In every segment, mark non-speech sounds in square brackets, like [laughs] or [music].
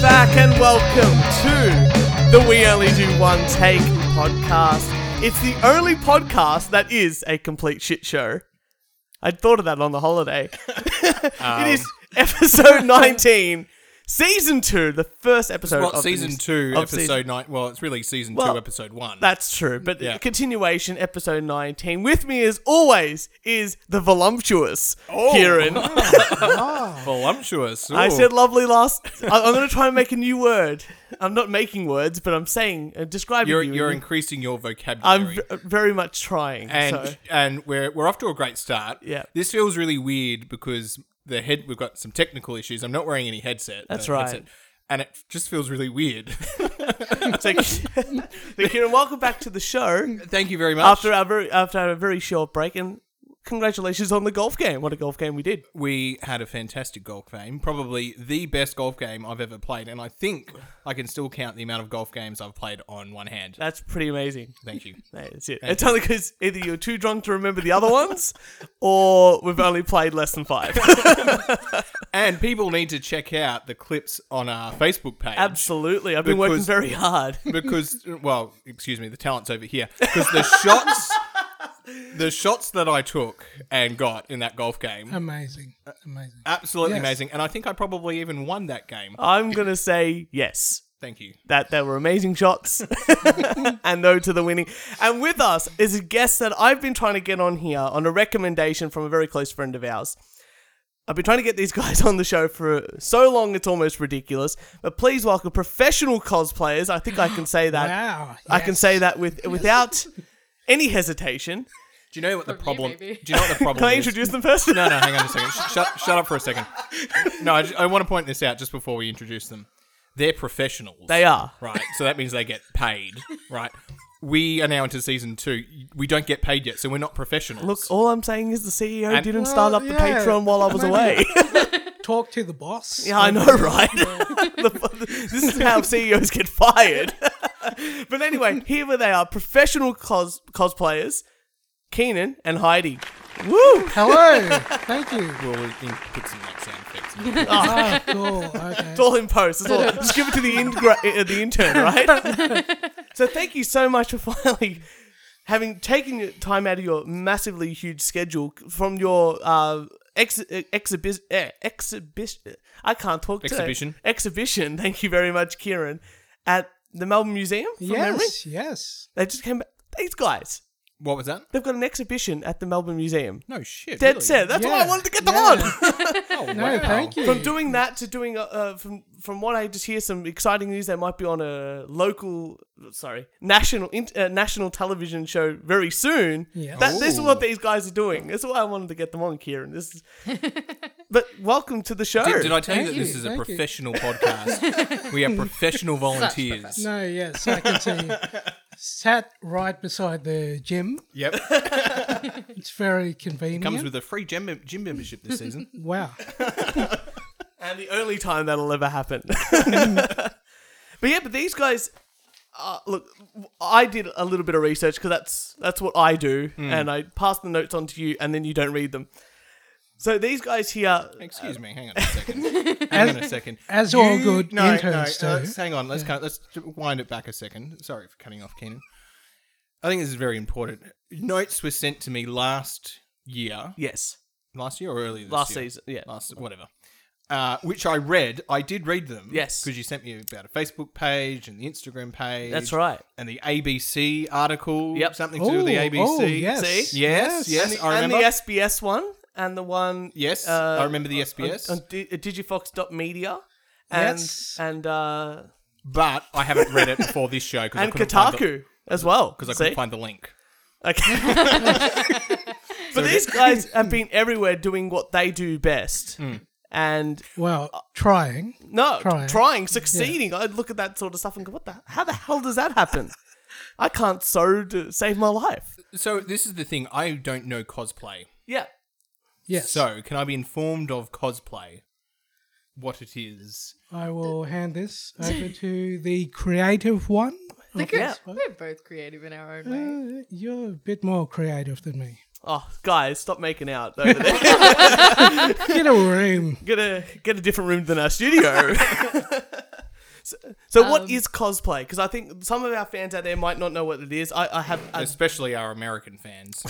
back and welcome to the We Only Do One Take podcast. It's the only podcast that is a complete shit show. I'd thought of that on the holiday. [laughs] it Um. is episode 19, season 2, the first episode What of the season new- two, of episode season- nine? Well, it's really season Well, two, episode one. That's true, but Yeah. continuation, episode 19. With me, as always, is the voluptuous Oh. [laughs] Kieran. voluptuous. I Ooh. said lovely last. I, I'm going to try and make a new word. I'm not making words, but I'm saying uh, describing you're you. you're increasing your vocabulary. I'm v- very much trying. and [laughs] so. and we're we're off to a great start. Yeah. This feels really weird because the head we've got some technical issues. I'm not wearing any headset. That's uh, right. and it just feels really weird. [laughs] so, so [laughs] Kieran, welcome back to the show Thank you very much. after our very after our very short break, and congratulations on the golf game. What a golf game we did! we had a fantastic golf game, probably the best golf game I've ever played, and I think I can still count the amount of golf games I've played on one hand. That's pretty amazing. Thank you. Mate, That's it. It's only because either you're too drunk to remember the other ones, [laughs] or we've only played less than [laughs] five. [laughs] And people need to check out the clips on our Facebook page. Absolutely, I've been working Because- very hard. Because, well, excuse me, the talent's over here. Because the shots, the shots that I took and got in that golf game, Amazing. Uh, Amazing. absolutely Yes. amazing. And I think I probably even won that game. I'm gonna say yes. Thank you. that there were amazing shots and no to the winning. And with us is a guest that I've been trying to get on here on a recommendation from a very close friend of ours. I've been trying to get these [laughs] guys on the show for so long it's almost ridiculous. But please welcome professional cosplayers. I think I can say that. Wow. I can say that with [laughs] without any hesitation. Do you know what the From you, problem? do maybe. you know what the problem? Can I is? introduce them first? No, no, hang on a second. Sh- shut, shut up for a second. No, I, ju- I want to point this out just before we introduce them. They're professionals. They are. Right. So that means they get paid. Right. We are now into season two. We don't get paid yet, so we're not professionals. Look, oh. all I'm saying is the CEO And- didn't start up the Well, yeah. Patreon while I was Maybe- away. Talk to the boss. Yeah, I know, right? [laughs] The- this is how CEOs get fired. [laughs] but anyway, here where they are, professional cos- cosplayers, Keenan and Heidi. Woo! Hello. [laughs] Thank you. we'll in- put some like sound effects. in. Oh, cool. Okay. It's all in post. It's all, [laughs] just give it to the, ingra- uh, the intern, right? so thank you so much for [laughs] finally having taken your time out of your massively huge schedule from your uh, ex- exhibition. Eh, exhibition. I can't talk today. Exhibition. Exhibition. [laughs] Thank you very much, Kieran, at the Melbourne Museum. From memory. Yes. Yes. They just came back. These guys, What was that? they've got an exhibition at the Melbourne Museum. No shit. Dead really? set. That's why I Yeah, wanted to get them yeah. on. Oh, No, wow. thank you. from doing that to doing, uh, uh, from from what I just hear, some exciting news. They might be on a local, sorry, national in, uh, national television show very soon. Yeah. That, this is Ooh. what these guys are doing. That's why I wanted to get them on, Kieran. This is, [laughs] but welcome to the show. Did, did I tell you Thank that this you, is a thank you. [laughs] professional [laughs] podcast? We are professional volunteers. professional. No, yes, I can see. Sat right beside the gym. Yep. It's very convenient. Comes with a free gym, gym membership this season. wow. And the only time that'll ever [laughs] happen. [laughs] but yeah, but these guys, uh, look, I did a little bit of research because that's that's what I do, Hmm. and I pass the notes on to you, and then you don't read them. So these guys here, Excuse me, hang on a [laughs] second. hang on a second. as all good no, interns no, uh, do. hang on. Let's cut, let's wind it back a second. Sorry for cutting off, Keenan. I think this is very important. Notes were sent to me last year, yes, last year or earlier this last year? season, yeah, last whatever. Uh, which I read. I did read them. Yes. because you sent me about a Facebook page and the Instagram page. that's right. And the ABC article. Yep. Something to do Oh, with the ABC. oh, yes. See? Yes. and Yes. the, I and remember. the SBS one, and the one, yes. uh, I remember the SBS. on, Di- uh, digifox.media, and Yes. and uh, but I haven't read it before this show because and Kotaku as well. because I See? couldn't find the link. Okay. [laughs] but these guys have been everywhere doing what they do best. Hmm. And Well, trying. no, trying, Trying. succeeding. I look at that sort of stuff and go, what the? How the hell does that happen? I can't sew to save my life. So this is the thing. I don't know cosplay. Yeah. Yes. So can I be informed of cosplay? What it is? I will hand this over to the creative one. They're Okay. good. We're both creative in our own Mm. way. Uh, you're a bit more creative than me. Oh, guys, stop making out over there. Get a room. get a get a different room than our studio. [laughs] So, what Um, is cosplay? Because I think some of our fans out there might not know what it is. I, I have, uh, I, especially our American fans.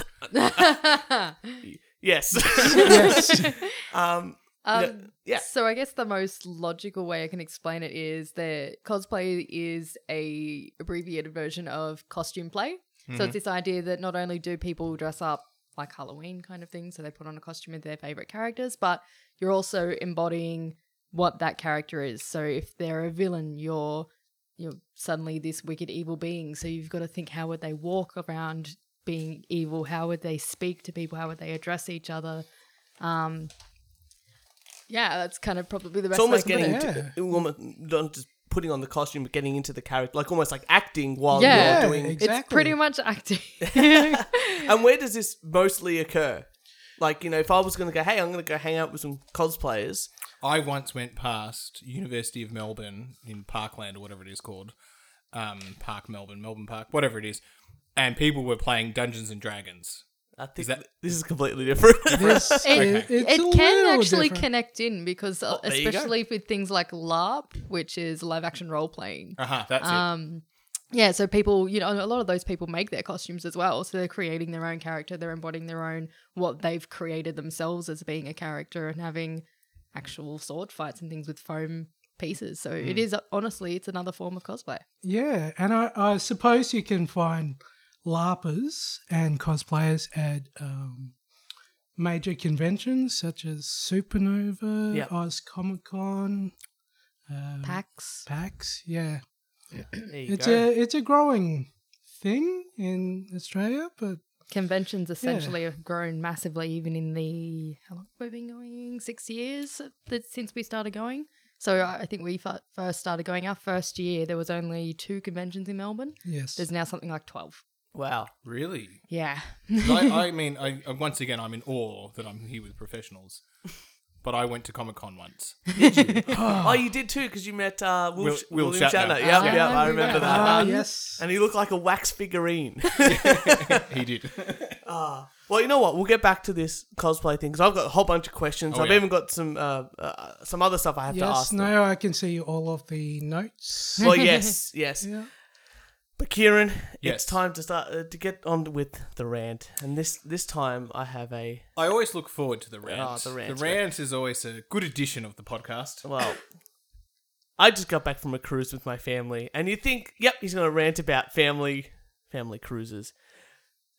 [laughs] yes, yes. um, Um, yeah. So I guess the most logical way I can explain it is that cosplay is a abbreviated version of costume play. So Mm-hmm. it's this idea that not only do people dress up like Halloween kind of thing, so they put on a costume of their favorite characters, but you're also embodying what that character is. So if they're a villain, you're you're suddenly this wicked evil being. So you've got to think how would they walk around being evil? How would they speak to people? How would they address each other? Um, yeah, that's kind of probably the best. it's almost way I can getting [laughs] put it. it. into, almost not just putting on the costume, but getting into the character, like almost like acting while Yeah. you're doing. Yeah, ex- It's pretty Exactly. much [laughs] acting. And where does this mostly occur? Like, you know, if I was going to go, hey, I'm going to go hang out with some cosplayers. I once went past University of Melbourne in Parkland or whatever it is called, um, Park Melbourne, Melbourne Park, whatever it is, and people were playing Dungeons and Dragons. I think that- this is completely different. This [laughs] is- Okay. it's [laughs] it a can little actually different. connect in because, uh, Oh, there you go. especially with things like LARP, which is live action role playing. Uh huh. That's Um, yeah, so people, you know, a lot of those people make their costumes as well. So they're creating their own character, they're embodying their own what they've created themselves as being a character and having actual sword fights and things with foam pieces. So it is honestly, it's another form of cosplay. Yeah, and I, I suppose you can find LARPers and cosplayers at um, major conventions such as Supernova, Yep. Oz Comic Con, um, Packs. PAX. Yeah, There you it's go. a it's a growing thing in Australia, but Conventions essentially have grown massively, even in the how long we've been going six years that, since we started going. So I I think we f- first started going our first year. There was only two conventions in Melbourne. yes, There's now something like twelve. wow. it. Really? Yeah, I, I mean, I, I- once again, I'm in awe that I'm here with professionals. But I went to Comic Con once. Oh, you did too, because you met uh, Will, Will- Sh- Will William Shatner. Shatner. Yeah, Ah, yeah, I yeah. remember that. ah Um, yes, And he looked like a wax figurine. [laughs] he did. well, you know what? We'll get back to this cosplay thing because I've got a whole bunch of questions. Oh, I've yeah. even got some uh, uh, some other stuff I have to yes. ask. No, them. I can see all of the notes. Well, yes, yes. [laughs] Yeah. But Kieran, it's Yes. time to start uh, to get on with the rant. And this this time, I have a I always look forward to the rant. Ah, the rant, the rant is always a good addition of the podcast. Well, I just got back from a cruise with my family, and you think, yep, he's going to rant about family, family cruises,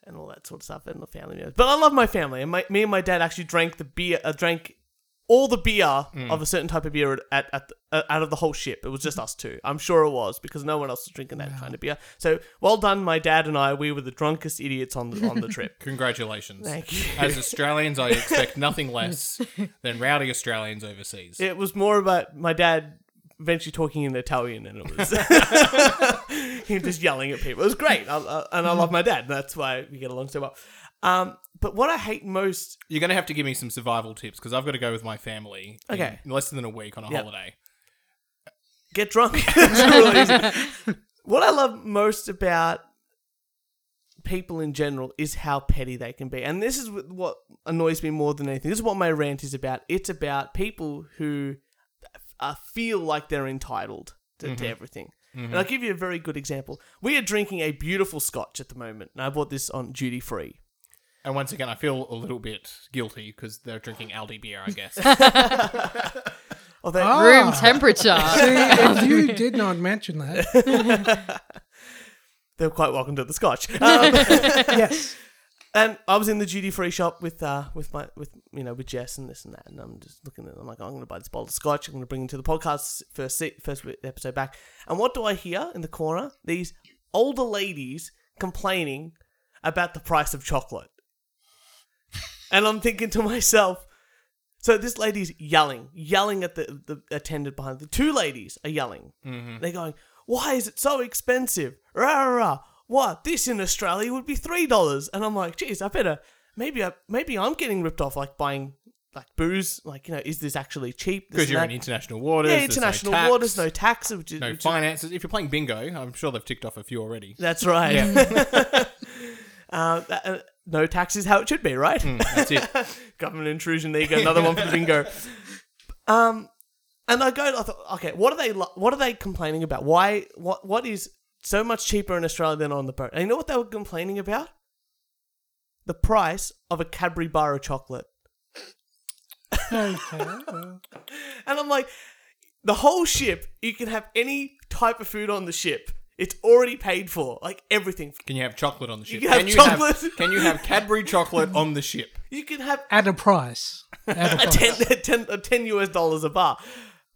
and all that sort of stuff, and the family meals. But I love my family, and my, me and my dad actually drank the beer, uh, drank all the beer of a certain type of beer at, at, the- uh, out of the whole ship. It was just us two. I'm sure it was because no one else was drinking that kind of beer. So well done, my dad and I. We were the drunkest idiots on the on the trip. Congratulations. Thank you. As Australians, I expect [laughs] nothing less than rowdy Australians overseas. It was more about my dad eventually talking in Italian, and it was [laughs] him just yelling at people. It was great, I, I, and I love my dad. And that's why we get along so well. Um, but what I hate most, You're going to have to give me some survival tips because I've got to go with my family in Okay. less than a week on a Yep. holiday. get drunk. [laughs] It's really easy. what I love most about people in general is how petty they can be, and this is wh- what annoys me more than anything. This is what my rant is about. It's about people who uh, feel like they're entitled to, to everything. And I'll give you a very good example. We are drinking a beautiful scotch at the moment, and I bought this on duty free. And once again, I feel a little bit guilty because they're drinking Aldi beer, [laughs] I guess. Although, room Ah. [laughs] temperature. See, if you did not mention that, they're quite welcome to the scotch. Um, yes, and I was in the duty free shop with uh with my with you know with Jess and this and that, and I'm just looking at I'm like I'm going to buy this bottle of scotch. I'm going to bring it to the podcast first se- first wi- episode back. And what do I hear in the corner? These older ladies complaining about the price of chocolate. And I'm thinking to myself, so this lady's yelling, yelling at the, the attendant behind the two ladies are yelling. Mm-hmm. They're going, Why is it so expensive? Rah, rah, rah. What? This in Australia would be three dollars. And I'm like, geez, I better maybe I maybe I'm getting ripped off like buying like booze. Like, you know, is this actually cheap? This Because and you're that. in international waters. Yeah, there's no international tax, waters, no tax, which is no which is- finances. If you're playing bingo, I'm sure they've ticked off a [laughs] few already. That's right. [laughs] uh, that- uh, no taxes, how it should be, Mm. right? Hmm, That's it. Government intrusion. There you go, another one for the bingo. Um, And I go, I thought, okay, what are they? lo- What are they complaining about? Why? What? What is so much cheaper in Australia than on the boat? And you know what they were complaining about? The price of a Cadbury bar of chocolate. Okay. well, And I'm like, the whole ship, you can have any type of food on the ship. It's already paid for, like everything. Can you have chocolate on the ship? can have you chocolate. can you have Cadbury chocolate on the ship? You can have at a price. At a [laughs] a price. 10, a 10, a 10 US dollars a bar,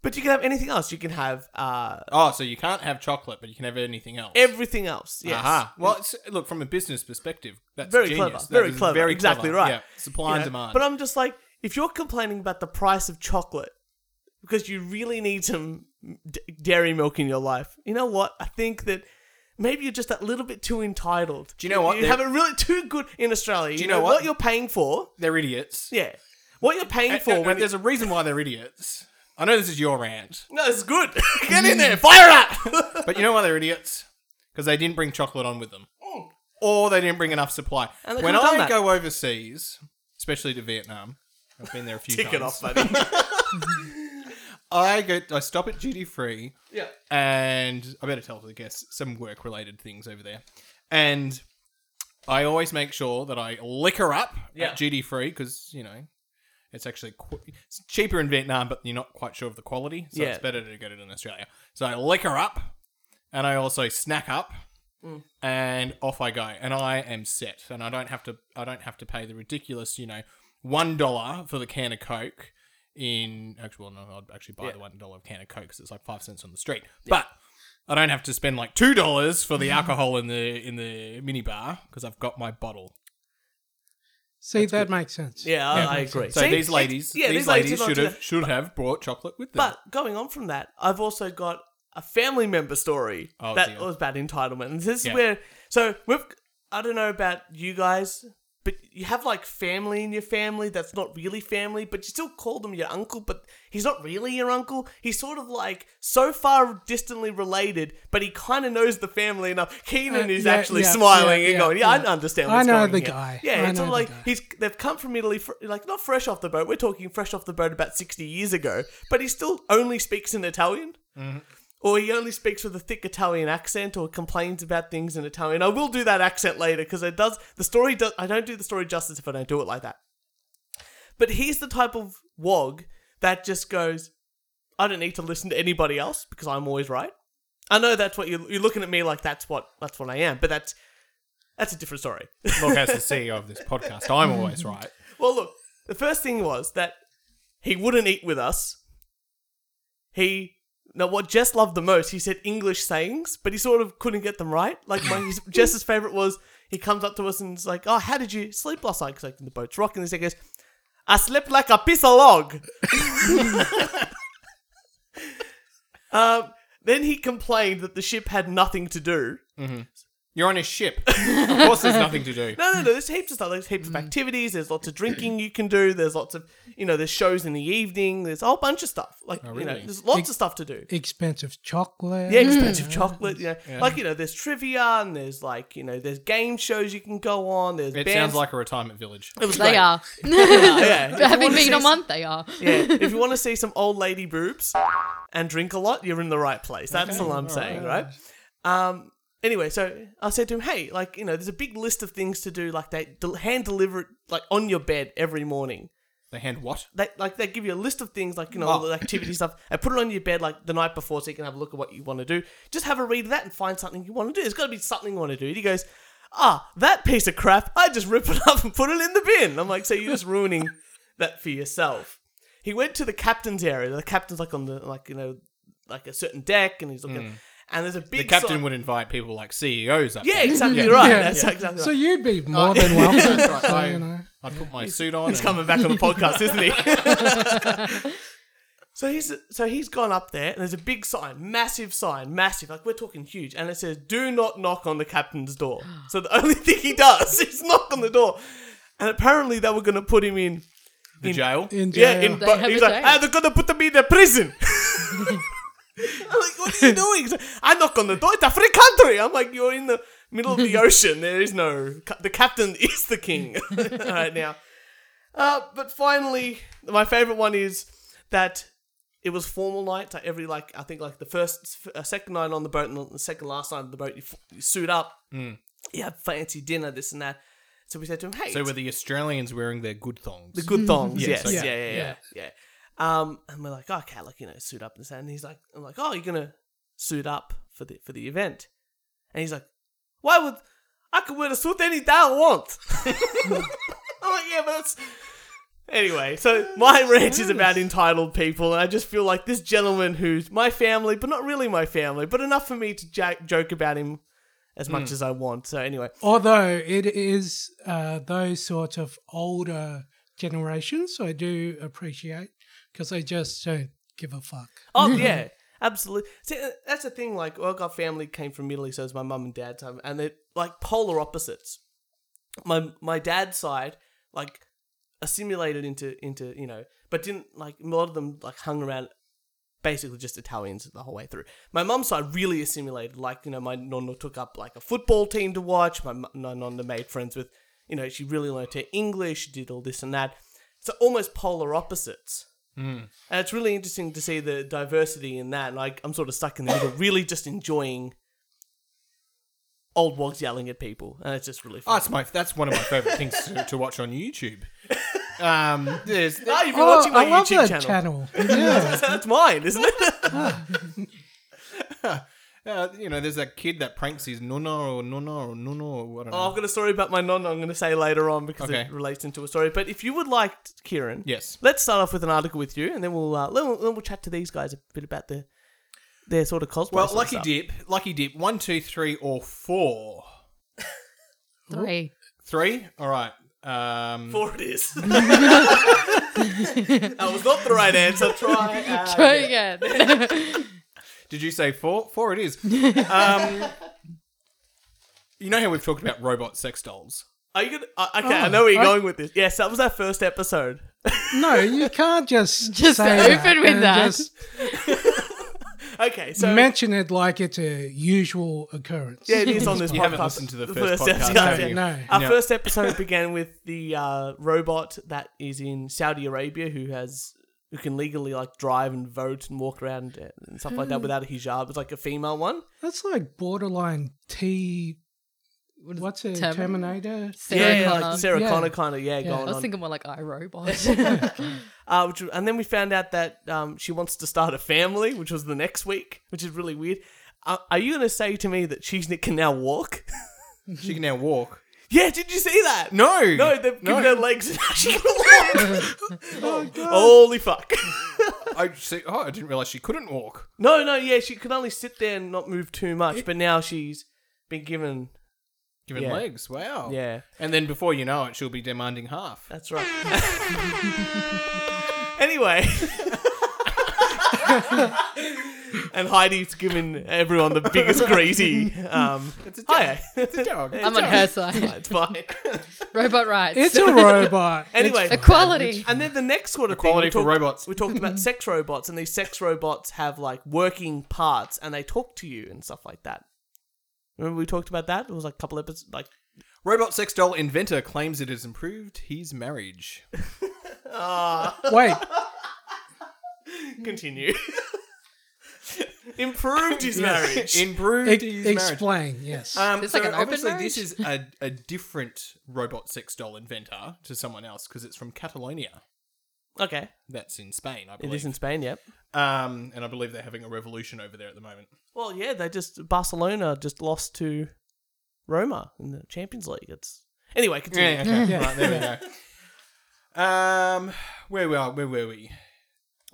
but you can have anything else. You can have uh, Oh, so you can't have chocolate, but you can have anything else. everything else. Yes. Aha. Well, it's, look from a business perspective, that's Very genius. clever. That Very is clever. Very Exactly clever. right. Yeah. Supply you and know? demand. But I'm just like, if you're complaining about the price of chocolate because you really need some d- dairy milk in your life, you know what? I think that maybe you're just that little bit too entitled. Do you know what? You There- have it really too good in Australia. Do you know, what? you're paying for. they're idiots. Yeah. What you're paying And- for and- when and there's a reason why they're idiots. I know this is your rant, No, it's good. [laughs] Get in Mm. there. Fire [laughs] up. but you know why they're idiots? Because they didn't bring chocolate on with them, Oh. or they didn't bring enough supply. And they when could've done I that. go overseas, especially to Vietnam, I've been there a few Tick times. it off, buddy. [laughs] I go, I stop at duty free. yeah. and I better tell the guests some work related things over there. And I always make sure that I liquor up Yeah. at duty free because you know it's actually qu- it's cheaper in Vietnam, but you're not quite sure of the quality, so Yeah. it's better to get it in Australia. So I liquor up, and I also snack up, Mm. and off I go, and I am set, and I don't have to I don't have to pay the ridiculous you know one dollar for the can of Coke in actually well, no, I'd actually buy the one dollar can of Coke because it's like five cents on the street, but. I don't have to spend like two dollars for the alcohol in the in the minibar because I've got my bottle. See, that makes sense. Yeah, I, Yeah. I agree. So See? these ladies, It's- yeah, these, these ladies ladies, are should not have should have brought chocolate with them. But going on from that, I've also got a family member story Oh, that dear. was about entitlement. And this Yeah. is where so we've I don't know about you guys, but you have like family in your family that's not really family, but you still call them your uncle, but he's not really your uncle. He's sort of like so far distantly related, but he kind of knows the family enough. Keenan Uh, is yeah, actually yeah, smiling yeah, and yeah, going, "Yeah, yeah. I understand." I What's know going the here." guy. Yeah, I it's know sort of the like guy. he he's they've come from Italy, fr like not fresh off the boat. We're talking fresh off the boat about sixty years ago, but he still only speaks in Italian, or he only speaks with a thick Italian accent, or complains about things in Italian. I will do that accent later because it does the story. Does I don't do the story justice if I don't do it like that. But he's the type of wog that just goes, I don't need to listen to anybody else because I'm always right. I know that's what you're, you're looking at me like. That's what that's what I am, but that's that's a different story. [laughs] Look, as the CEO of this [laughs] podcast, I'm always right. Well, look, the first thing was that he wouldn't eat with us. He now what Jess loved the most. He said English sayings, but he sort of couldn't get them right. Like my, his, Jess's favorite was he comes up to us and is like, "Oh, how did you sleep last night?" Because like the boat's rocking. This guy goes, "I slept like a piece of log." [laughs] um, then he complained that the ship had nothing to do. You're on a ship. [laughs] of course, there's nothing to do. No, no, no. There's heaps of stuff. There's heaps of activities. There's lots of drinking you can do. There's lots of, you know, there's shows in the evening. There's a whole bunch of stuff. Like, you know, really? there's lots Ex- of stuff to do. Expensive chocolate. Yeah, expensive chocolate. You know, like you know, there's trivia and there's like you know, there's game shows you can go on. There's It bands. [laughs] sounds like a retirement village. it was They great. are. [laughs] Yeah, yeah. Having wanna see been a some- month, they are. yeah, if you want to see some old lady boobs and drink a lot, you're in the right place. That's all I'm saying, right? Um. Anyway, so I said to him, "Hey, like you know, there's a big list of things to do. Like they del- hand deliver it like on your bed every morning. They hand what? They like they give you a list of things, like you know, Oh. all the [laughs] activity stuff, and put it on your bed like the night before, so you can have a look at what you want to do. Just have a read of that and find something you want to do. There's got to be something you want to do." And he goes. Ah, that piece of crap! I just rip it [laughs] up and put it in the bin. I'm like, so you're just [laughs] ruining that for yourself he went to the captain's area. The captain's like on the like you know like a certain deck, and he's looking. And there's a big Hmm. The captain sign- would invite people like CEOs up. yeah, there. exactly [laughs] Yeah. right. Yeah. That's exactly right. So you'd be [laughs] more [laughs] than welcome. That's right. so, I- you know. I'd put my suit on. He's and- coming back on the podcast, isn't he? [laughs] so he's so he's gone up there, and there's a big sign, massive sign, massive, like we're talking huge, and it says "Do not knock on the captain's [gasps] door." So the only thing he does [laughs] is knock on the door, and apparently they were going to put him in. the jail. In Yeah, jail. in They but have he's a like, jail. ah, they're gonna put me in a [laughs] prison. [laughs] I'm like, what are you doing? He's like, I knock on the door. It's a free country. I'm like, you're in the middle of [laughs] the ocean. There is no ca- the captain [laughs] is the king. All right now, uh, but finally, my favorite one is that it was formal night. Like every like I think like the first uh, second night on the boat and the second last night on the boat, you, f- you suit up. Hmm. You have fancy dinner, this and that. So we said to him, "Hey, So it's were the Australians wearing their good thongs? the good thongs, yes, Mm-hmm. Yes, yeah, okay. yeah, yeah, yeah, Um, and we're like, okay, like you know, suit up and this and he's like, I'm like, oh, you're gonna suit up for the for the event, and he's like, why would I could wear a suit any day I want? [laughs] I'm like, yeah, but that's anyway. So my ranch is about entitled people, and I just feel like this gentleman who's my family, but not really my family, but enough for me to ja- joke about him as much as I want. So anyway, Although it is uh, those sort of older generations, I do appreciate because they just don't give a fuck. Oh yeah, absolutely. See, uh, that's the thing. Like, well, our family came from Italy, so it's my mum and dad's time, and they're like polar opposites. My my dad's side, like, assimilated into into you know, but didn't like a lot of them like hung around. Basically, just Italians the whole way through. My mum's side really assimilated. Like, you know, my nonna took up like a football team to watch. My, mu- my nonna made friends with, you know, she really learnt her English. She did all this and that. So almost polar opposites. And it's really interesting to see the diversity in that. And I, I'm sort of stuck in the middle, really just enjoying old wogs yelling at people. And it's just really Oh, fun. that's my that's one of my favorite things to, to watch on YouTube. [laughs] Um, there's Ah, you've been Oh, watching my I love YouTube that channel. [laughs] channel. That's, that's mine, isn't it? uh, you know there's that kid that pranks his nunna or nunna or nunna or I don't oh, know. I've got a story about my nonna I'm going to say later on because Okay. it relates into a story. But if you would like, Kieran, Yes. let's start off with an article with you and then we'll, uh, then we'll, then we'll chat to these guys a bit about their, their sort of cosplay. Well, sort of lucky stuff. dip, lucky dip. One, two, three, or four. [laughs] Three. Three. All right. Um, Four it [laughs] is. that was not the right answer. [laughs] Try uh, and- [laughs] Try again. Did you say four? Four it [laughs] is. um, you know how we've talked about robot sex dolls. Are you gonna? Uh, okay, Oh, I know where you're going with this. Yes, that was our first episode. No, you can't just [laughs] Just say open with and that. Just Okay, so mention it like it's a usual occurrence. yeah, it is on this You podcast. haven't listened to the first podcast, have you? No, Our no. first episode began with the uh, robot that is in Saudi Arabia who has who can legally like drive and vote and walk around and stuff like that Hmm. without a hijab. It's like a female one. That's like borderline T. What's it? Termin- Terminator. Sarah yeah, Connor. like Sarah Yeah. Connor kind of yeah, I going was on. thinking more [laughs] like [laughs] iRobot. Uh, which, and then we found out that um, she wants to start a family, which was the next week, which is really weird. Uh, are you going to say to me that she can now walk? [laughs] She can now walk. yeah, did you see that? No, No, they've given her legs and now she can walk. Holy fuck. I see, oh, I didn't realize she couldn't walk. No, no, yeah, she could only sit there and not move too much, but now she's been given. Given Yeah. legs. Wow. Yeah, And then before you know it, she'll be demanding [laughs] half. that's right. [laughs] anyway. [laughs] and Heidi's given everyone the biggest crazy. Um, It's a hiya. It's a dog. [laughs] I'm on her side. it's fine. [laughs] Robot rights. It's a robot. [laughs] Anyway. It's- [laughs] equality. And then the next sort of Equality thing, for we talked- robots. We talked about sex robots, and these sex robots have like working parts, and they talk to you and stuff like that. Remember we talked about that? It was like a couple episodes. Like, Robot sex doll inventor claims it has improved his marriage. [laughs] wait, continue. Improved his marriage. [laughs] improved his e- marriage. explain. Yes. Uh, Um, It's so like an open obviously marriage? this is a, a different robot sex doll inventor to someone else because it's from Catalonia. okay, That's in Spain, I it believe. is in Spain. Yep. Um, and I believe they're having a revolution over there at the moment. Well, yeah, they just Barcelona just lost to Roma in the Champions League. It's anyway. Continue. Yeah, okay. Yeah. Right, there we [laughs] go. Um, where were where were we?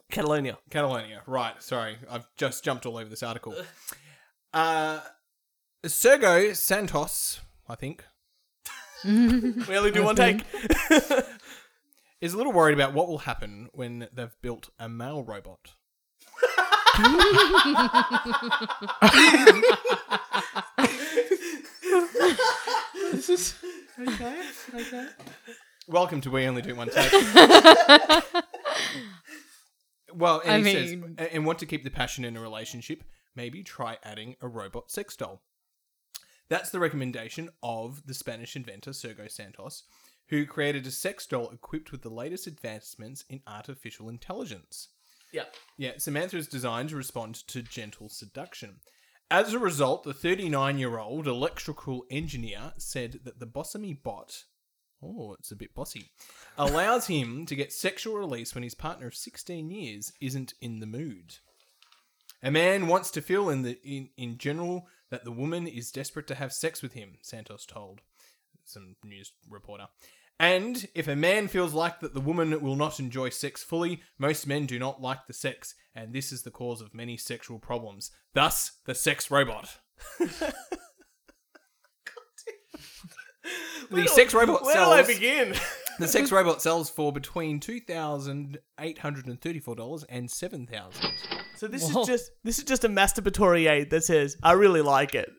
Catalonia. Catalonia. Right. Sorry, I've just jumped all over this article. Uh, Sergio Santos, I think, We only [laughs] do one take. is a little worried about what will happen when they've built a male robot. this is okay. Okay. Welcome to We Only Do One Take. [laughs] well, and I he mean- says, and want to keep the passion in a relationship, maybe try adding a robot sex doll. That's the recommendation of the Spanish inventor Sergio Santos, who created a sex doll equipped with the latest advancements in artificial intelligence. Yeah. Yeah, Samantha's designs respond to gentle seduction. As a result, the 39 year old electrical engineer said that the Bossomy bot, oh, it's a bit bossy, allows him to get sexual release when his partner of 16 years isn't in the mood. A man wants to feel in, the, in, in general that the woman is desperate to have sex with him, Santos told some news reporter. And if a man feels like that the woman will not enjoy sex fully, most men do not like the sex, and this is the cause of many sexual problems. Thus, the sex robot. [laughs] The sex robot Where sells. do I [laughs] begin? The sex robot sells for between two thousand eight hundred and thirty-four dollars and seven thousand. So this Whoa. is just this is just a masturbatory aid that says, "I really like it."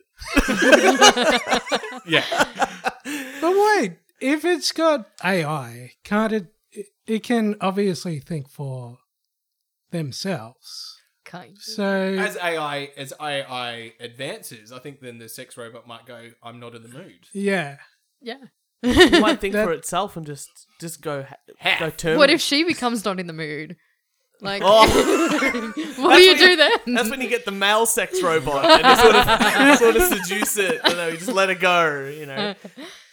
Yeah, But wait, if it's got AI, can't it? It, it can obviously think for themselves. Kind of. [laughs] So as AI as AI advances, I think then the sex robot might go, "I'm not in the mood." yeah, Yeah. It might [laughs] think That- for itself and just just go ha- Half. go term. What if she becomes not in the mood? Like, [laughs] Oh, what do you when you- do then? that's when you get the male sex robot and you sort of sort of seduce it. You know, you just let it go. You know.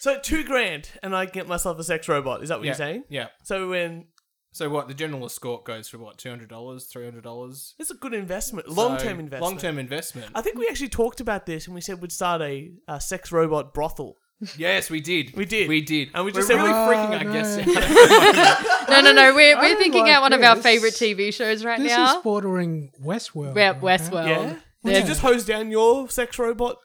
So two grand, and I get myself a sex robot. Is that what yeah. you're saying? Yeah. So um, when So what? The general escort goes for what? Two hundred dollars, three hundred dollars. it's a good investment, long term investment. Uh, Long term investment. I think we actually talked about this, and we said we'd start a, uh sex robot brothel. yes, we did. We did. We did. And we just We're said really we- freaking. I [laughs] Oh, guess. [laughs] no. no, no, no. We're, I we're don't thinking like out one of our this. favorite TV shows right this now. is bordering Westworld. We're right? Westworld. Yeah. Would They're- you just hose down your sex robot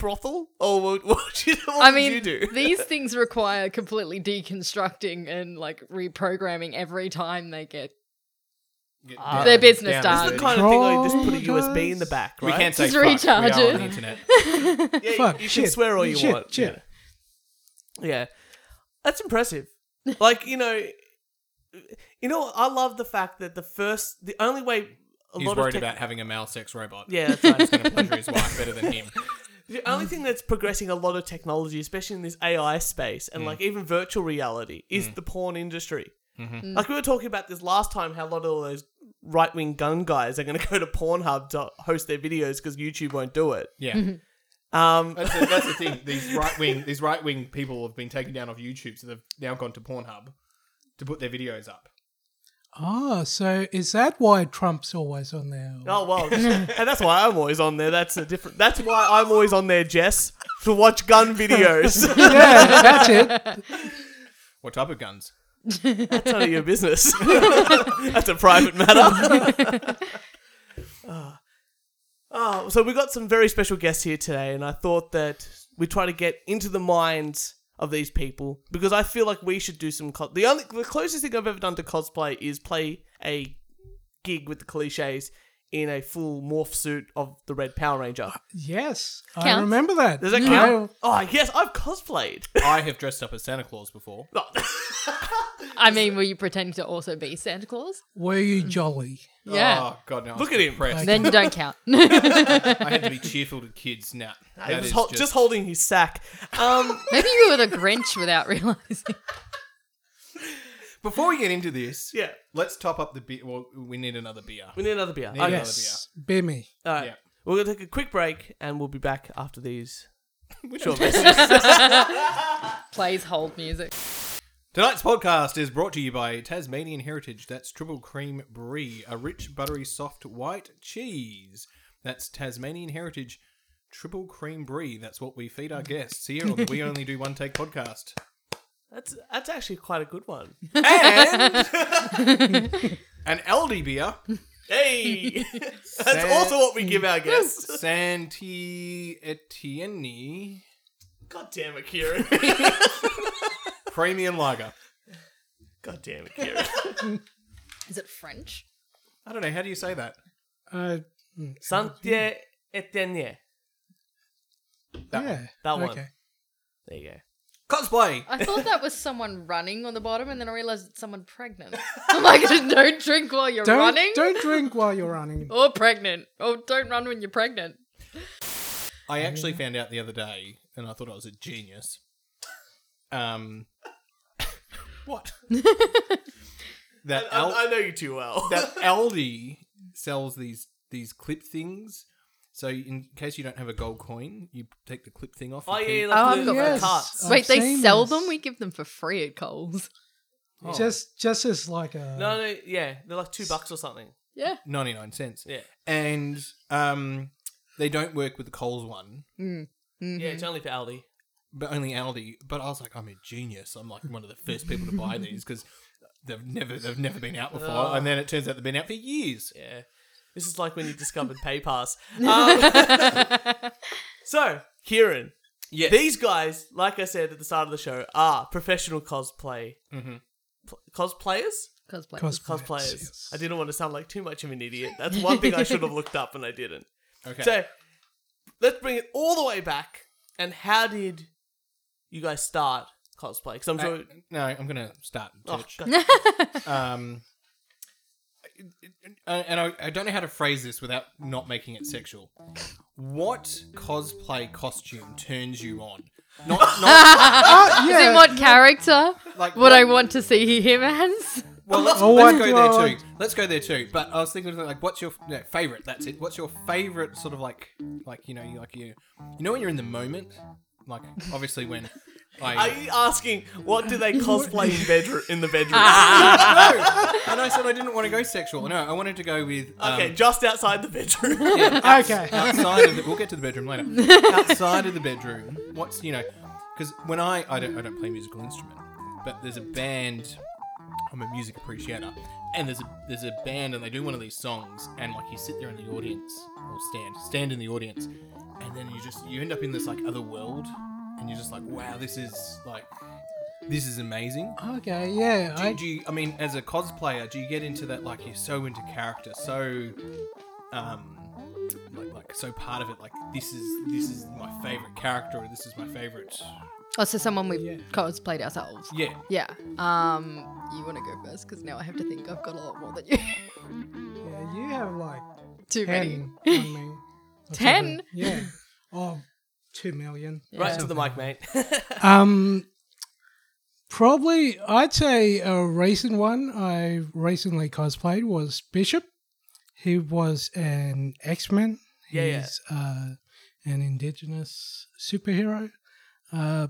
brothel, or what, what would [laughs] you, what I would mean, you do? [laughs] these things require completely deconstructing and like reprogramming every time they get. Yeah. Their business Down done. the- kind of thing like just put a USB in the back, We right? can't say Just fuck. We are recharge on it. the internet. Yeah, you- Fuck, you shit, can swear all you shit, want. shit. Yeah. Yeah. That's impressive. [laughs] Like, you know, you know, I love the fact that the first, the only way a He's lot worried of tech- about having a male sex robot. [laughs] yeah, that's right. [laughs] It's going to pleasure his wife better than [laughs] him. The only thing that's progressing a lot of technology, especially in this AI space Mm. and like even virtual reality, is the porn industry. Mm-hmm. Mm. Like we were talking about this last time, how a lot of all those right wing gun guys are going to go to Pornhub to host their videos because YouTube won't do it. [laughs] Yeah, Um, that's, the, that's the [laughs] thing. These right wing, these right wing people have been taken down off YouTube, so they've now gone to Pornhub to put their videos up. Ah, so is that why Trump's always on there? oh well, [laughs] and that's why I'm always on there. That's a different. That's why I'm always on there, Jess, to watch gun videos. Yeah, [laughs] that's it. What type of guns? That's none of your business. [laughs] That's a private matter. Ah. Ah, so we got some very special guests here today, and I thought that we try to get into the minds of these people because I feel like we should do some. Co- the only the closest thing I've ever done to cosplay is play a gig with the cliches in a full morph suit of the Red Power Ranger. Yes, I Counts. remember that. Does that count? Oh yes, I've cosplayed. [laughs] I have dressed up as Santa Claus before. I mean, were you pretending to also be Santa Claus? I- were you jolly? Yeah. Oh God, no! I was Look at him. depressed. Then you don't count. [laughs] I had to be cheerful to kids. Nah, that Just, is hol- just holding his sack. Um, Maybe you were the Grinch without [laughs] realizing. Before we get into this, Yeah. let's top up the beer. Well, we need another beer. we need another beer. Need another Yes, beer me. All right. Yeah. We're going to take a quick break and we'll be back after these. Which short one? Plays hold music. Tonight's podcast is brought to you by Tasmanian Heritage. That's triple cream brie, a rich, buttery, soft white cheese. That's Tasmanian Heritage triple cream brie. That's what we feed our guests here on the We Only Do One Take podcast. That's that's actually quite a good one. And an Aldi beer, [laughs] Hey, that's Sad. also what we give our guests. Santi Etienne [laughs] God damn it, Kieran. Premium Lager. [laughs] God damn it, Kieran. Is it French? I don't know. How do you say that? Uh, Santé Etienne. That yeah, one. That one. Okay. There you go. Cosplay. I thought that was someone running on the bottom, and then I realized it's someone [laughs] pregnant. I'm like, don't drink while you're Don't running don't drink while you're [laughs] running. or pregnant. Or don't run when you're pregnant. I actually found out the other day, and I thought I was a [laughs] genius. Um, what? that I, Al- I know you too well. [laughs] that Aldi sells these these clip things. So in case you don't have a gold coin, you take the clip thing off. oh you yeah, keep- like Oh, the, the yes. carts. I've Wait, they seen sell this. them? We give them for free at Coles. Oh, Just, just as like a No, no, yeah, they're like two bucks or something. Yeah. ninety nine cents. Yeah, And um, they don't work with the Coles one, Mm. Mhm. yeah, it's only for Aldi. but only Aldi. But I was like, I'm a genius. I'm like one of the first people to buy [laughs] these because they've never they've never been out before. Oh. And then it turns out they've been out for years. Yeah, this is like when you [laughs] discovered PayPass. Um, so, Kieran, Yeah. these guys, like I said at the start of the show, are professional cosplay Mm-hmm. hmm pl- cosplayers. Cosplay. Cos- Cosplayers. Yes. I didn't want to sound like too much of an idiot. That's one thing I should have looked up and I didn't. Okay. So let's bring it all the way back. And how did you guys start cosplay? Because I'm Uh, sure. no, I'm gonna start in Oh, church. God. [laughs] um, and and I, I don't know how to phrase this without not making it sexual. What cosplay costume turns you on? Not, not Ah, [laughs] As in yeah. what character like would I want to see him as? Well, let's, Oh, let's what go do I there want? too. Let's go there too. But I was thinking like, what's your no, favorite? That's it. What's your favorite sort of like, like you know, you- like you, you know, when you're in the moment. Like obviously when [laughs] Are I you asking what do [laughs] they cosplay in bedroom in the bedroom? Um, and I said I didn't want to go sexual. No, I wanted to go with um, okay, just outside the bedroom. yeah, Okay. outside of the, we'll get to the bedroom later. outside of the bedroom, what's you know, because when I I don't I don't play musical instrument, but there's a band. I'm a music appreciator, and there's a there's a band, and they do one of these songs, and like you sit there in the audience or stand stand in the audience, and then you just you end up in this like other world, and you're just like, wow, this is like this is amazing. Okay, yeah. Do, I, you- do you, I mean, as a cosplayer, do you get into that like you're so into character, so um, like, like so part of it, like this is this is my favorite character, or this is my favorite, Oh, so someone we've Yeah. cosplayed ourselves. yeah. Yeah. Um, you want to go first because now I have to think. I've got a lot more than you. [laughs] yeah, you have like Too many. ten on [laughs] me. Or 10? something. Yeah. Oh, two million. Right to the mic, [laughs] mate. Um, probably, I'd say a recent one I recently cosplayed was Bishop. He was an X Men. Yeah, yeah. He's uh, an indigenous superhero. Uh,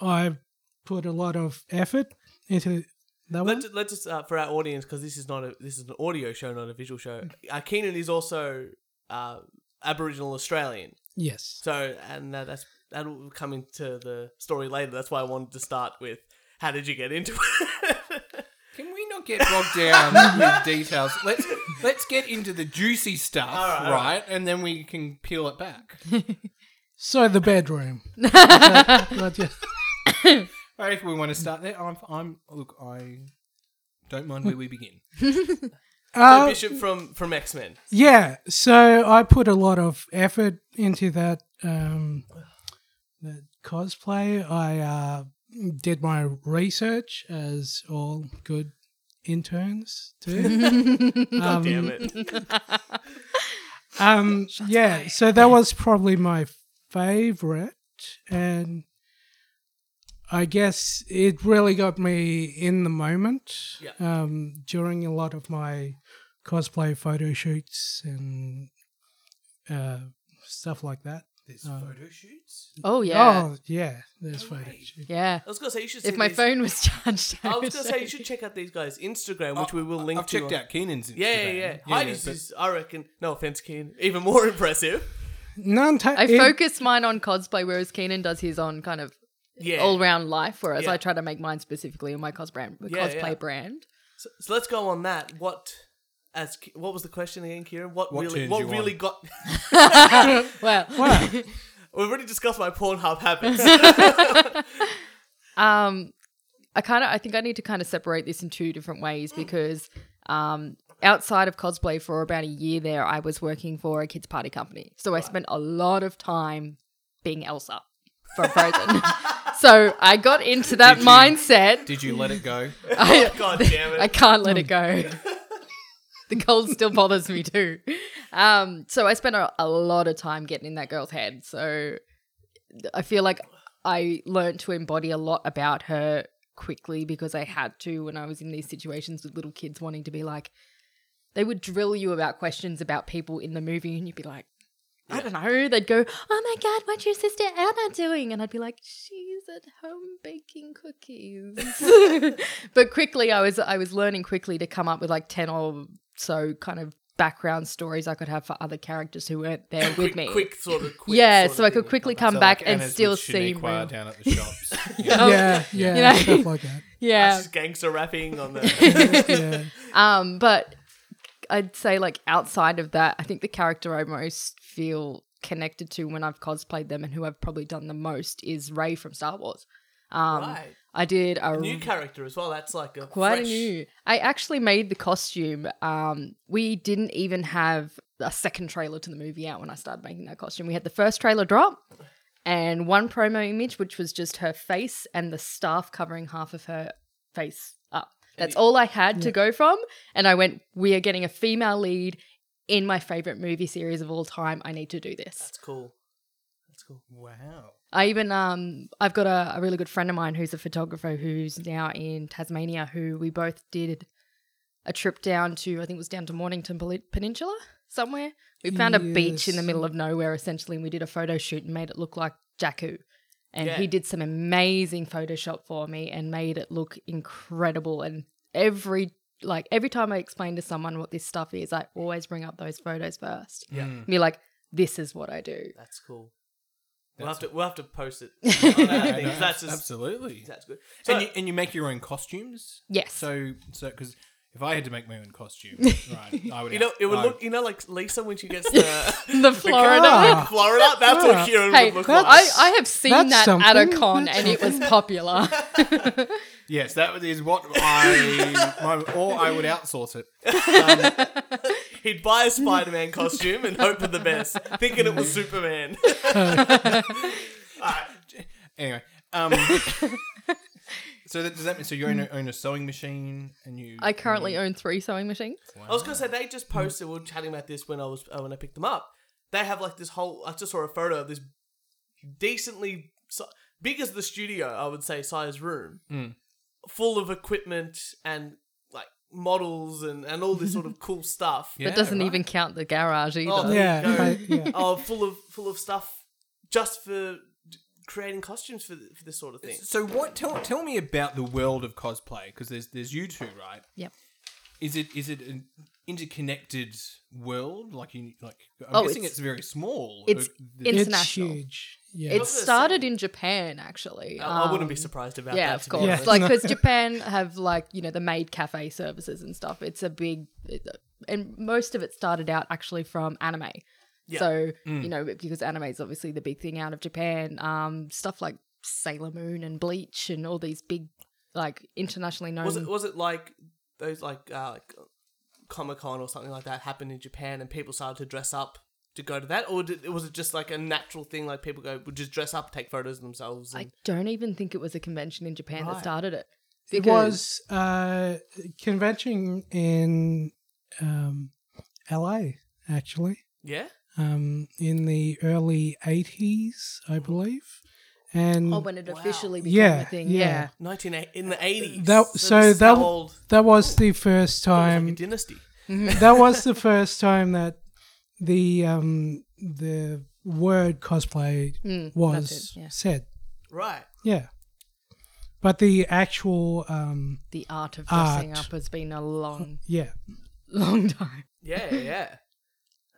I put a lot of effort into that [laughs] one. Let's, let's just uh, for our audience because this is not a this is an audio show, not a visual show. Uh, Keenan is also uh, Aboriginal Australian, Yes. so and that, that's that'll come into the story later. That's why I wanted to start with how did you get into [laughs] it? Can we not get bogged [laughs] down with details? Let's let's get into the juicy stuff, All right, right, all And then we can peel [laughs] it back. So the bedroom. That- that just- Or if we want to start there, I'm, I'm look, I don't mind where we begin. The Um, Uh, Bishop from from X Men. Yeah, so I put a lot of effort into that um, that cosplay. I uh, did my research as all good interns do. God damn it! Um, yeah, so that was probably my favorite, and I guess it really got me in the moment Yeah. um, during a lot of my cosplay photo shoots and uh, stuff like that. There's Uh, photo shoots. Oh yeah. Oh yeah, there's photo shoots. Yeah. I was gonna say you should. See If my these- phone was [laughs] charged, I, I was would gonna say you show should check out these guys' Instagram, which we will link I've to. checked out Keenan's. Yeah, yeah, yeah. Instagram. Heidi's but- is, I reckon. No offense, Keen. Even more [laughs] impressive. None. Ta- I it- focus mine on cosplay, whereas Keenan does his on kind of Yeah. all round life, whereas Yeah. I try to make mine specifically on my cos brand, Yeah, cosplay yeah. brand. So, so let's go on that. What as Ki- what was the question again, Kieran? What, What really turns what you really on? got? [laughs] Well, We've already discussed my Pornhub [laughs] habits. um, I kind of I think I need to kind of separate this in two different ways Hmm. because um, outside of cosplay for about a year there, I was working for a kids party company, so I spent a lot of time being Elsa from Frozen. [laughs] so I got into that Did you- mindset. Did you let [laughs] it go? I, Oh, God damn it! I can't let it [laughs] go. [laughs] the cold still bothers me too. Um, so I spent a, a lot of time getting in that girl's head. So I feel like I learned to embody a lot about her quickly because I had to when I was in these situations with little kids wanting to be like, they would drill you about questions about people in the movie, and you'd be like, I don't know. They'd go, Oh my God, what's your sister Anna doing? And I'd be like, She's at home baking [laughs] cookies. but quickly, I was I was learning quickly to come up with like ten or so kind of background stories I could have for other characters who weren't there with quick, me. quick sort of quick yeah, sort so of I thing could would quickly up. come So, back like and Anna's still with see. Shaniqua real- down at the [laughs] shops. Oh, yeah, yeah, You know? stuff like that. Yeah. Us gangster rapping on the [laughs] Yeah, Um, but I'd say like outside of that, I think the character I most feel connected to when I've cosplayed them and who I've probably done the most is Ray from Star Wars. [laughs] Um, right. I did a new character as well. That's like a quite fresh, a new. I actually made the costume. Um, we didn't even have a second trailer to the movie out when I started making that costume. We had the first trailer drop and one promo image, which was just her face and the staff covering half of her face up. That's all I had to go from. And I went, we are getting a female lead in my favorite movie series of all time. I need to do this. That's cool. That's cool. Wow. I even um I've got a, a really good friend of mine who's a photographer who's now in Tasmania who we both did a trip down to I think it was down to Mornington Poli- Peninsula somewhere. We found a beach in the Yes. middle of nowhere essentially and we did a photo shoot and made it look like Jakku. And Yeah. he did some amazing Photoshop for me and made it look incredible and every like every time I explain to someone what this stuff is, I always bring up those photos first. Yeah. Be like, this is what I do. That's cool. We'll have That's- to we'll have to post [laughs] it. on our things. that's just, absolutely. that's good. So And you, and you make your own costumes. Yes. So so because if I had to make my own [laughs] costume, right, I would. you know it would I look you know like Lisa when she gets [laughs] the the the kind Florida. Ah. of like Florida. That's Yeah. what Kieran Hey, would look that's- like. I, I have seen That's that at a something. con That's and it was [laughs] popular. Yes, that is what I. my, or I would outsource it. Um, He'd buy a Spider Man costume and hope for the best, thinking it [laughs] was Superman. anyway. [laughs] Um, so that, does that mean so you own a, own a sewing machine and you? I currently own three sewing machines. I was gonna say they just posted. We were chatting about this when I was uh, when I picked them up. They have like this whole. I just saw a photo of this decently si- big as the studio. I would say size room, full of equipment and like models and and all this sort of cool stuff. Yeah, that doesn't right. even count the garage either. Oh, yeah, There you go. I- yeah. Oh, full of full of stuff just for d- creating costumes for, th- for this sort of thing. So what? Tell tell me about the world of cosplay because there's there's you two, right? Yep. Is it is it an interconnected world? Like you like? I'm Oh, guessing it's, it's- very small. it's Uh, in- the, it's International. huge. Yeah, It the started in Japan, actually. Oh, I- I wouldn't be Um, surprised about that. Yeah, of to be course. Yeah. honest. [laughs] Like, because Japan have, like, you know, the maid cafe services and stuff. It's a big. It, and most of it started out actually from anime. Yeah. Mm. So, you know, because anime is obviously the big thing out of Japan, um, stuff like Sailor Moon and Bleach and all these big, like, internationally known. was it was it like those like uh, like Comic Con or something like that happened in Japan and people started to dress up to go to that, or did, was it just like a natural thing? Like people go would just dress up, take photos of themselves. And, I don't even think it was a convention in Japan that started it. it was uh, convention in um, LA actually. yeah, um, in the early 80s, I believe. And Oh, when it officially became yeah, a thing. yeah. Yeah. nineteen eight in Uh, the eighties. that, so that, that was the first like a time, dynasty. [laughs] that was [laughs] the first time that the, um, the word cosplay was Mm, it, yeah. said. Right. Yeah. But the actual, um, The art of dressing Art. up has been a long, [laughs] yeah. long time. Yeah, yeah.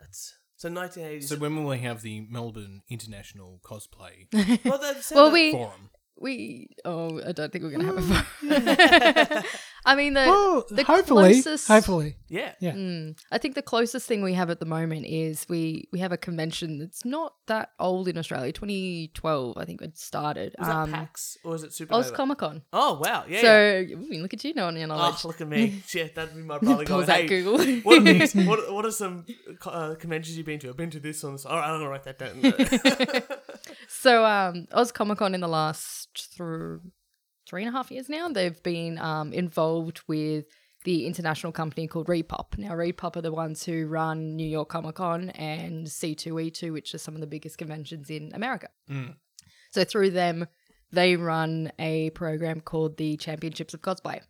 That's so nineteen eighties. so when will we have the Melbourne International Cosplay [laughs] well, they've said Well, that- we Forum? we oh, I don't think we're gonna have [laughs] a phone. I mean, the Well, the hopefully, closest, hopefully. yeah. Yeah. I think the closest thing we have at the moment is we we have a convention that's not that old in Australia. 2012, I think, it started. Um, Was that PAX or is it Super? Oz Comic Con. Oh wow, yeah. yeah. so ooh, look at you knowing your knowledge. [laughs] Oh, look at [laughs] me. Shit, that'd be my brother going, Pulls out hey, Google. [laughs] what are these? What, what are some uh, conventions you've been to? I've been to this on this. All right, I'm gonna write that down. So um, Oz Comic Con in the last through three and a half years now, they've been um, involved with the international company called Repop. Now Repop are the ones who run New York Comic Con E and C2E2, which are some of the biggest conventions in America. So through them, they run a program called the Championships of Cosplay.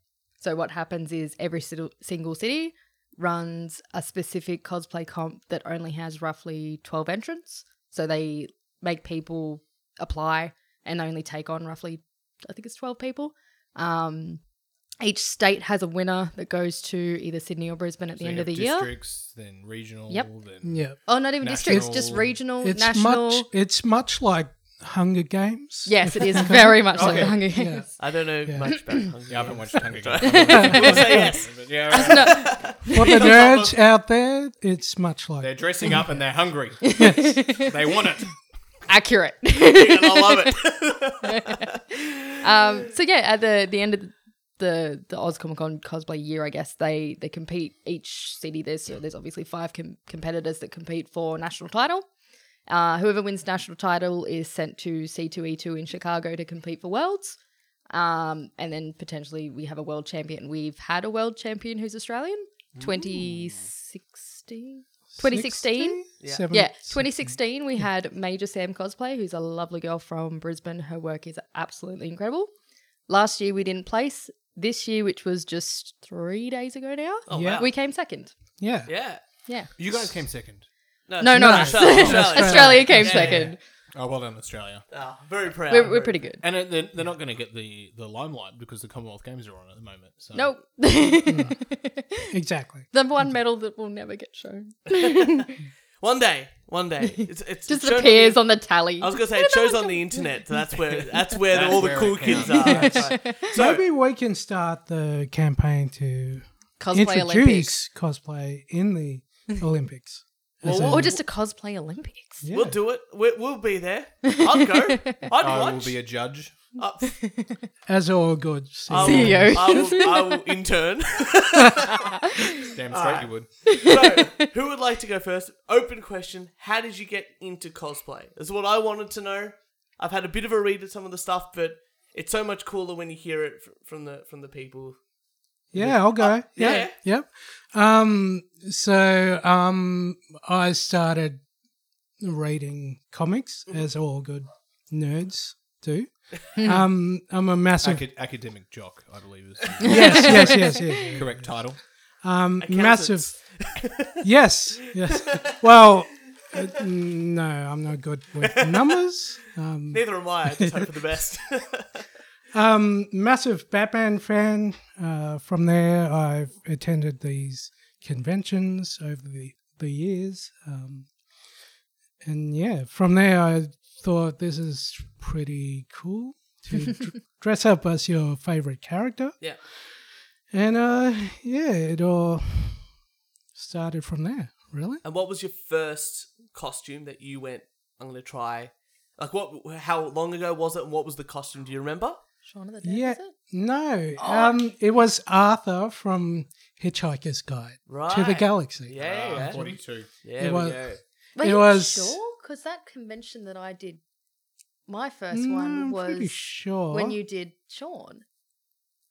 So what happens is every si- single city runs a specific cosplay comp that only has roughly 12 entrants. So they make people apply and only take on roughly, I think it's 12 people. Um, each state has a winner that goes to either Sydney or Brisbane at the you end of have the year. districts, then regional, Yep. then Yeah. Oh, not even districts, just National- regional, It's national. much it's much like Hunger Games. Yes, it is very much like Okay. the [laughs] Hunger Games. I don't know Yeah. much about Hunger Yeah, I haven't Games. watched Hunger Games. We'll say yes. But yeah, right. [laughs] For [laughs] the nerds out there, it's much like They're dressing up and they're [laughs] hungry. they want it. Accurate. [laughs] I love it. um, so yeah, at the the end of the the Oz Comic Con cosplay year, I guess they they compete each city. There's so there's obviously five com- competitors that compete for national title. Uh, whoever wins national title is sent to C2E2 in Chicago to compete for worlds. Um, and then potentially we have a world champion. We've had a world champion who's Australian. 2016. 2016? Yeah. Seven- Yeah, 2016, we had Major Sam Cosplay, who's a lovely girl from Brisbane. Her work is absolutely incredible. Last year, we didn't place. This year, which was just three days ago now, Oh, Yeah. wow. we came second. Yeah. yeah. [laughs] Yeah. You guys came second. No, no, No, us. [laughs] Australia, Oh, Australia. came Yeah, yeah, second. Oh, well done, Australia. Ah, very proud. We're, we're very- pretty good. And it, they're, they're not going to get the, the limelight because the Commonwealth Games are on at the moment. So. [laughs] Nope. Exactly. the one medal that will never [laughs] get shown One day, one [laughs] day. It's, it's just shown on the- appears on the tally. I was gonna say it shows on the internet. So that's [laughs] where that's where That's all the where it cool counts. kids are. That's right. So Maybe we can start the campaign to cosplay Olympics, introduce cosplay in the [laughs] Olympics. As Well, a- or just a cosplay Olympics. [laughs] yeah. we'll do it. we we'll be there. I'd go. [laughs] I'd I will watch. be a judge. Uh, as all good. I will- citizens. CEO. I will, I will intern. Damn straight you would. [laughs] so, who would like to go first? Open question. How did you get into cosplay? Is what I wanted to know. I've had a bit of a read of some of the stuff, but it's so much cooler when you hear it fr- from the from the people. Yeah, I'll go. yeah. yeah. Yep. Um, so um, I started reading comics as all good nerds [laughs] do. um, I'm a massive Acad- academic jock, I believe is the yes, [laughs] yes, yes, yes. correct title. Um, massive Accountants. yes, [laughs] yes. Well, uh, no, I'm not good with numbers. Um, Neither am I. I just hope for the [laughs] best. [laughs] Um, massive Batman fan. Uh, from there, I've attended these conventions over the, the years. Um, and yeah, from there, I thought this is pretty cool [laughs] to dr- dress up as your favorite character. yeah. And uh, yeah, it all started from there, really. And what was your first costume that you went? I'm gonna try. Like what? How long ago was it? And what was the costume? Do you remember? [laughs] Shaun of the Dead, Yeah, is it? no, um, it was Arthur from Hitchhiker's Guide to the Right. Galaxy. Yeah, Ah, yeah. 42. There we It was- go. Were It you was- sure? Because that convention that I did, my first No, one Mm, I'm pretty was sure. when you did Sean.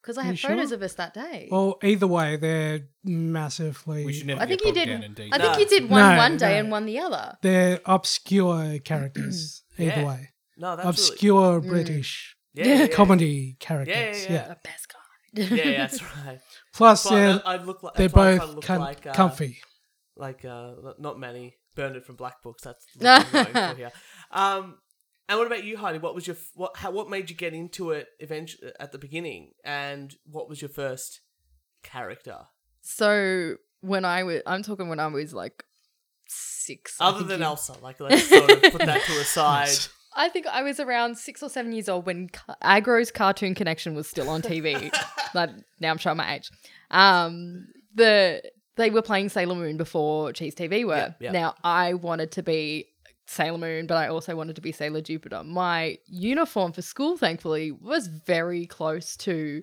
Because I You have photos sure? Oh, of us that day. Well, either way, they're massively. We should never I get think you bogged did. down in detail. I think No. you did one No, one day no. and one the other. They're [clears throat] obscure characters. either Yeah, way, No, that's really- obscure British Yeah, yeah, [laughs] yeah. comedy characters. yeah. Yeah. The best guy. Yeah, yeah, that's [laughs] right. Plus, So they're, I, I look like they're uh, that's why I kinda both look com- like, uh, comfy. Like uh, not Manny Bernard from Black Books. [laughs] That's what I'm going for here. Um, and what about you, Heidi? What was your f- what? How, what made you get into it eventually at the beginning? And what was your first character? [laughs] So when I was, I'm talking when I was like six. I Other think than you- Elsa, [laughs] like let's sort of put that to a side. I think I was around six or seven years old when Ca- Agro's Cartoon Connection was still [laughs] on TV. like now I'm showing my age. Um, the they were playing Sailor Moon before Cheese TV were. Yeah, yeah. Now I wanted to be Sailor Moon, but I also wanted to be Sailor Jupiter. My uniform for school, thankfully, was very close to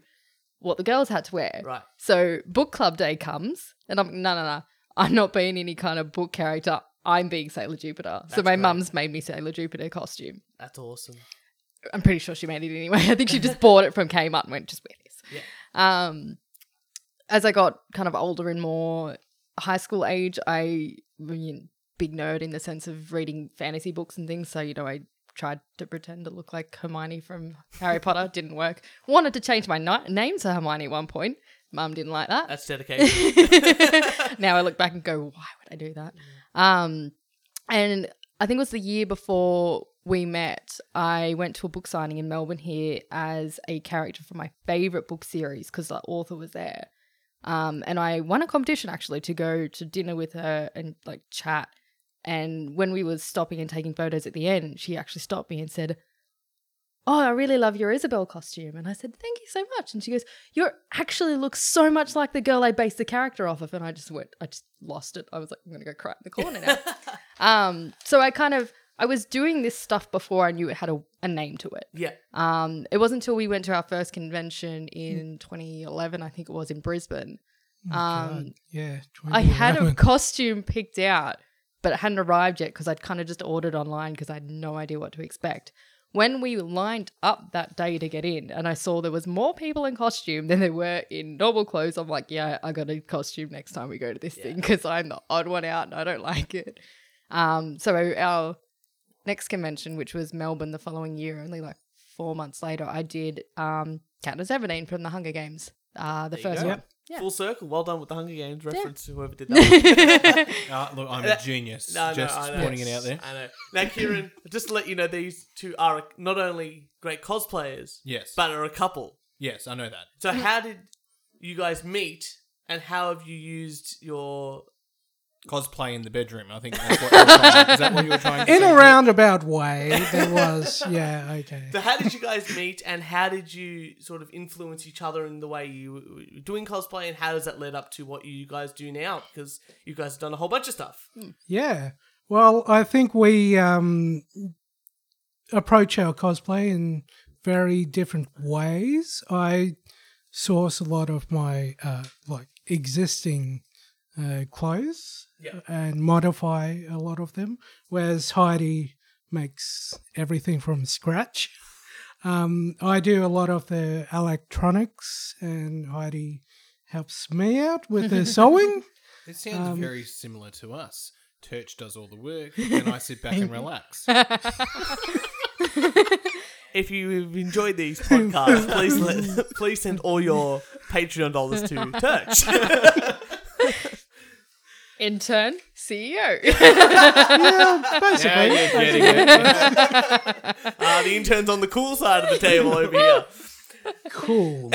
what the girls had to wear. Right. So book club day comes, and I'm no, no, no. I'm not being any kind of book character. I'm being Sailor Jupiter. so That's my great. mum's made me Sailor Jupiter costume. That's awesome. I'm pretty sure she made it anyway. [laughs] I think she just bought it from Kmart and went, just wear this. Yeah. Um, as I got kind of older and more high school age, I, I mean, big nerd in the sense of reading fantasy books and things. So, you know, I tried to pretend to look like Hermione from Harry Potter. Didn't work. Wanted to change my ni- name to Hermione at one point. Mum didn't like that. That's [laughs] dedication. now I look back and go, why would I do that? Um, and I think it was the year before we met, I went to a book signing in Melbourne here as a character from my favorite book series because the author was there. Um, and I won a competition actually to go to dinner with her and like chat. And when we was stopping and taking photos at the end, she actually stopped me and said, Oh, I really love your Isabel costume. And I said, Thank you so much. And she goes, You actually look so much like the girl I based the character off of. And I just went, I just lost it. I was like, I'm going to go cry in the corner now. um, so I kind of, I was doing this stuff before I knew it had a, a name to it. yeah. Um, it wasn't until we went to our first convention in 2011, I think it was in Brisbane. Um, God, yeah. I had a [laughs] 2011. costume picked out, but it hadn't arrived yet because I'd kind of just ordered online because I had no idea what to expect. When we lined up that day to get in, and I saw there was more people in costume than there were in normal clothes, I'm like, yeah, I got a costume next time we go to this thing because I'm the odd one out and I don't [laughs] like it. Um, so our next convention, which was Melbourne the following year, only like four months later, I did um, Counter 17 from the Hunger Games, uh, the There you first go. one. Yeah. Full circle. Well done with the Hunger Games reference. Whoever [laughs] did that. one. [laughs] Ah, look, I'm a genius. No, no, just I know. pointing it out there. I know. Now, Kieran, just to let you know, these two are not only great cosplayers, Yes. but are a couple. Yes, I know that. So, how did you guys meet, and how have you used your? Cosplay in the bedroom. I think that's what you were trying, is that what you were trying to [laughs] [laughs] [laughs] in say? a roundabout way, there was. Yeah, okay. So, how did you guys meet, and how did you sort of influence each other in the way you were doing cosplay, and how does that lead up to what you guys do now? Because you guys have done a whole bunch of stuff. Yeah. Well, I think we um, approach our cosplay in very different ways. I source a lot of my uh, like existing uh, clothes Yeah. and modify a lot of them, whereas Heidi makes everything from scratch. [laughs] Um, I do a lot of the electronics, and Heidi helps me out with the sewing. It sounds very similar to us. Turch does all the work, and I sit back and relax. If you've enjoyed these podcasts, please let, please send all your Patreon dollars to Turch. [laughs] Intern E CEO. yeah, now basically. you're getting it. Ah, the intern's on the cool side of the table over here. cool.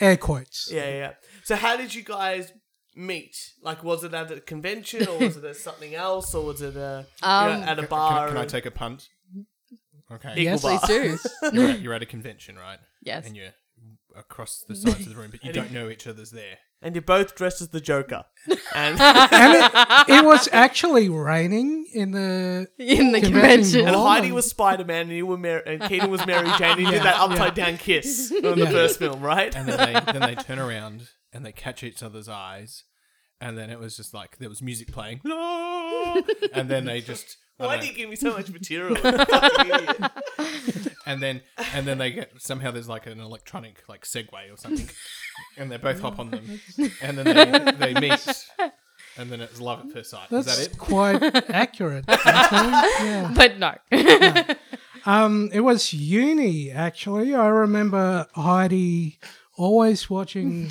Air quotes. Yeah, yeah. So how did you guys meet? Like, was it at a convention, or was it at something else, or was it a, you know, Um, at a Can, bar? can I take a punt? Okay. Equal Yes, bar. Please do. You're, at, you're at a convention, right? Yes. And you're across the sides of the room, but you don't know each other's there. And you're both dressed as the [laughs] Joker. And, And it, it was actually raining in the [laughs] in the Convention convention. and hall. [laughs] Heidi was Spider Man, and you were Mar- and Keaton was Mary Jane. And you did that upside down [laughs] kiss on the Yeah. first film, right? [laughs] And then they, then they turn around and they catch each other's eyes. And then it was just like there was music playing. No! And then they just. I Why don't do know. you give me so much [laughs] material? Fucking idiot. and then and then they get somehow there's like an electronic like Segway or something, and they both hop on them, and then they, they meet, and then it's love at first sight. That's Is that it? quite accurate. actually. Yeah. But [laughs] no. Um, it was uni actually. I remember Heidi always watching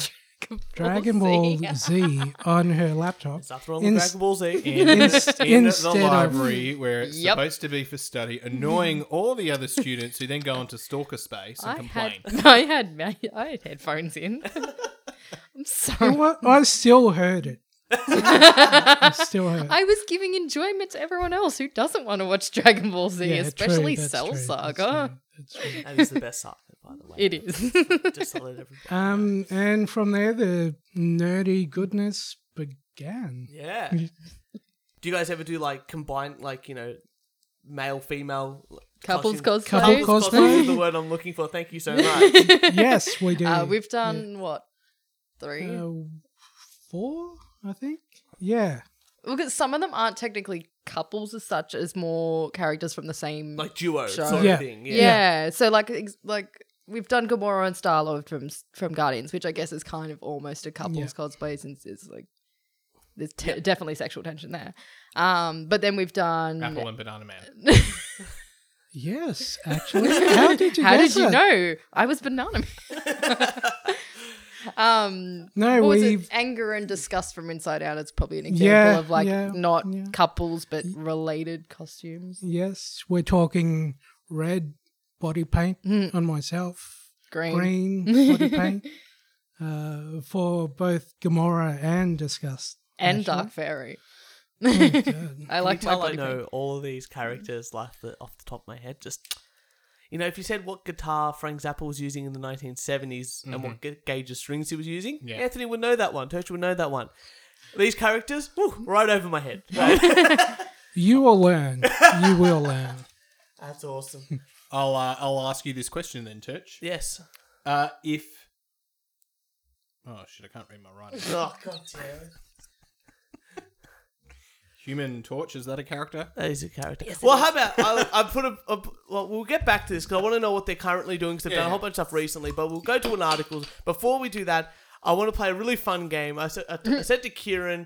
Dragon Ball Z. Z on her laptop. Stuff wrong with Ins- Dragon Ball [laughs] Z. In, Inst- in the instead of- library where it's Yep. supposed to be for study, annoying all the other students who then go onto stalker space and I had, complain. I had my I had headphones [laughs] in. I'm It sorry. wa- I still heard it. I still heard. it. I was giving enjoyment to everyone else who doesn't want to watch Dragon Ball Z, Yeah, true, especially that's Cell true, that's Saga. true, that's true. That is the best saga, by the way. It [laughs] is. Uh, Just to let everybody. Um, and from there, the nerdy goodness [laughs] began. [laughs] Yeah. do you guys ever do like combined, like you know, male female Couples costume- Couple cosplay. cos- Cosplay is Cosplay. the word I'm looking for. Thank [laughs] you so much. yes, we do. Uh, we've done what? Three? uh, four, I think. Yeah, Look at some of them aren't technically couples as such as more characters from the same like duo Sure. sort Yeah. of thing. Yeah. Yeah. So like ex- like we've done Gamora and Star Lord from from Guardians, which I guess is kind of almost a couple's Yeah. cosplay since it's like there's te- definitely sexual tension there. Um, but then we've done Apple and Banana Man. Yes, [laughs] actually. How did you How guess did you that? know? I was banana. um, No, what was it? we've- anger and disgust from Inside Out. It's probably an example Yeah, of like yeah, not yeah. couples but related costumes. Yes, we're talking red body paint on myself, Hmm. Green. green [laughs] body paint uh, for both Gamora and Disgust. and Dark Fairy. Oh, [laughs] I like my Tell I body know paint. all of these characters like the, off the top of my head. Just you know, if you said what guitar Frank Zappa was using in the 1970s and what ga- gauge of strings he was using, Yeah. Anthony would know that one. Toshi would know that one. These characters, whew, right over my [laughs] head. You will learn. You will learn. That's awesome. I'll uh, I'll ask you this question then, Church. Yes. Uh, if oh shit, I can't read my writing. Oh god, yeah. Human Torch is that a [laughs] character? That is a character. well, how about I, I put a, a well, we'll get back to this because I want to know what they're currently doing because they've done a Yeah. whole bunch of stuff recently. But we'll go to an article before we do that. I want to play a really fun game. I, sa- I, I said to Kieran,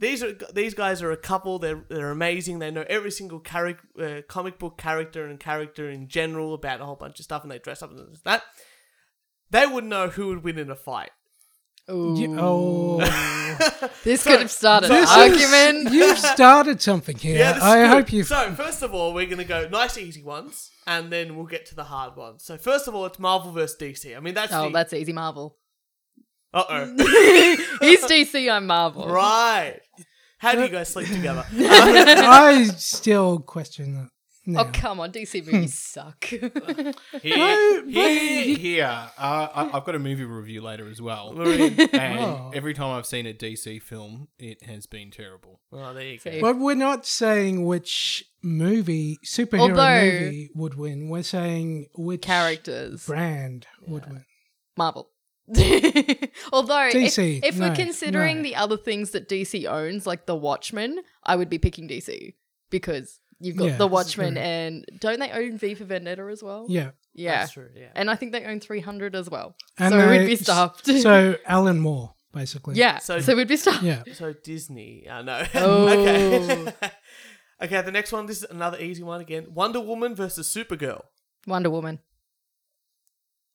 these are these guys are a couple. They're they're amazing. They know every single character, uh, comic book character and character in general about a whole bunch of stuff, and they dress up and that. They would know who would win in a fight. Ooh, You- oh, this could have started an this argument. is, [laughs] you've started something here. Yeah, this is I good. hope you've. So, first of all, we're going to go nice, easy ones, and then we'll get to the hard ones. So, first of all, it's Marvel versus DC. I mean, that's. oh, the- that's easy. Marvel. Uh oh. He's DC. I'm Marvel. right. How do you guys sleep [laughs] together? [laughs] I still question that. No. Oh come on, [laughs] DC movies suck. [laughs] Here, here, here. Uh, I, I've got a movie review later as well. Marie. And Oh. every time I've seen a DC film, it has been terrible. Oh, there you go. See. But we're not saying which movie, superhero Although- movie would win. We're saying which Characters. brand would win. Marvel. [laughs] Although, DC, if, if no, we're considering no. the other things that DC owns, like The Watchmen, I would be picking DC because you've got Yeah, The that's Watchmen, true. and don't they own V for Vendetta as well? Yeah. yeah. That's true, yeah. And I think they own 300 as well. And so they- we'd be [laughs] stuffed. so Alan Moore, basically. [laughs] yeah, So- so, we'd be stuffed. Yeah. So, Disney. I know. [laughs] Oh. okay. [laughs] okay, the next one. This is another easy one again Wonder Woman versus Supergirl. Wonder Woman.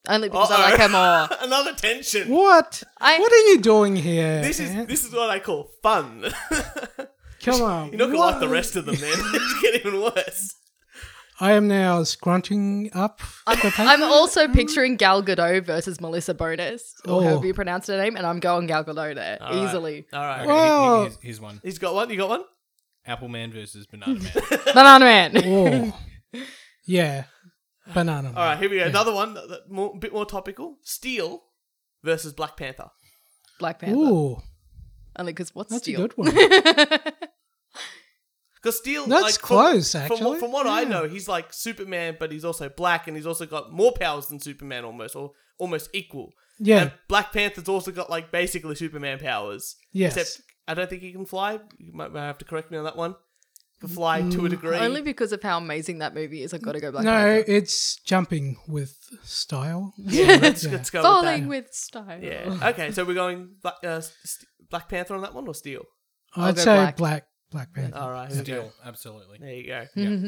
Only because Uh-oh. I like her [laughs] more. another tension. What? I- what are you doing here? This is Dan? this is what I call fun. [laughs] Come on. You're not gonna like the What? rest of them, man. [laughs] It's getting even worse. I am now scrunching up. the paper. [laughs] I'm also picturing Gal Gadot versus Melissa Bonas, or Oh. however you pronounce her name, and I'm going Gal Gadot there easily. [laughs] All right. Okay, Well- he- he- here's, here's one: He's got one. You got one. Appleman versus Banana [laughs] Man. Banana Man. Oh. yeah. Banana. All right, here we go. Another one, that- that more, bit more topical. Steel versus Black Panther. Black Panther. Ooh, Only because what's that's steel? a good one. Because Steel, That's like, from- close, from what- From, actually. what I know, he's like Superman, but he's also black, and he's also got more powers than Superman, almost or almost equal. [laughs] Yeah. And Black Panther's also got like basically Superman powers. Yes. Except I don't think he can fly. You might might have to correct me on that one. He Can fly to Mm, a degree. [laughs] Only because of how amazing that movie is. I've got to go Black no, Panther. it's jumping with style. yeah, let's, let's go Falling with with style. that. Yeah. Okay, so we're going Black, uh, St- Black Panther on that one or Steel? I'd go say black. black. Black, Panther. All right. here we go. Steel, absolutely. There you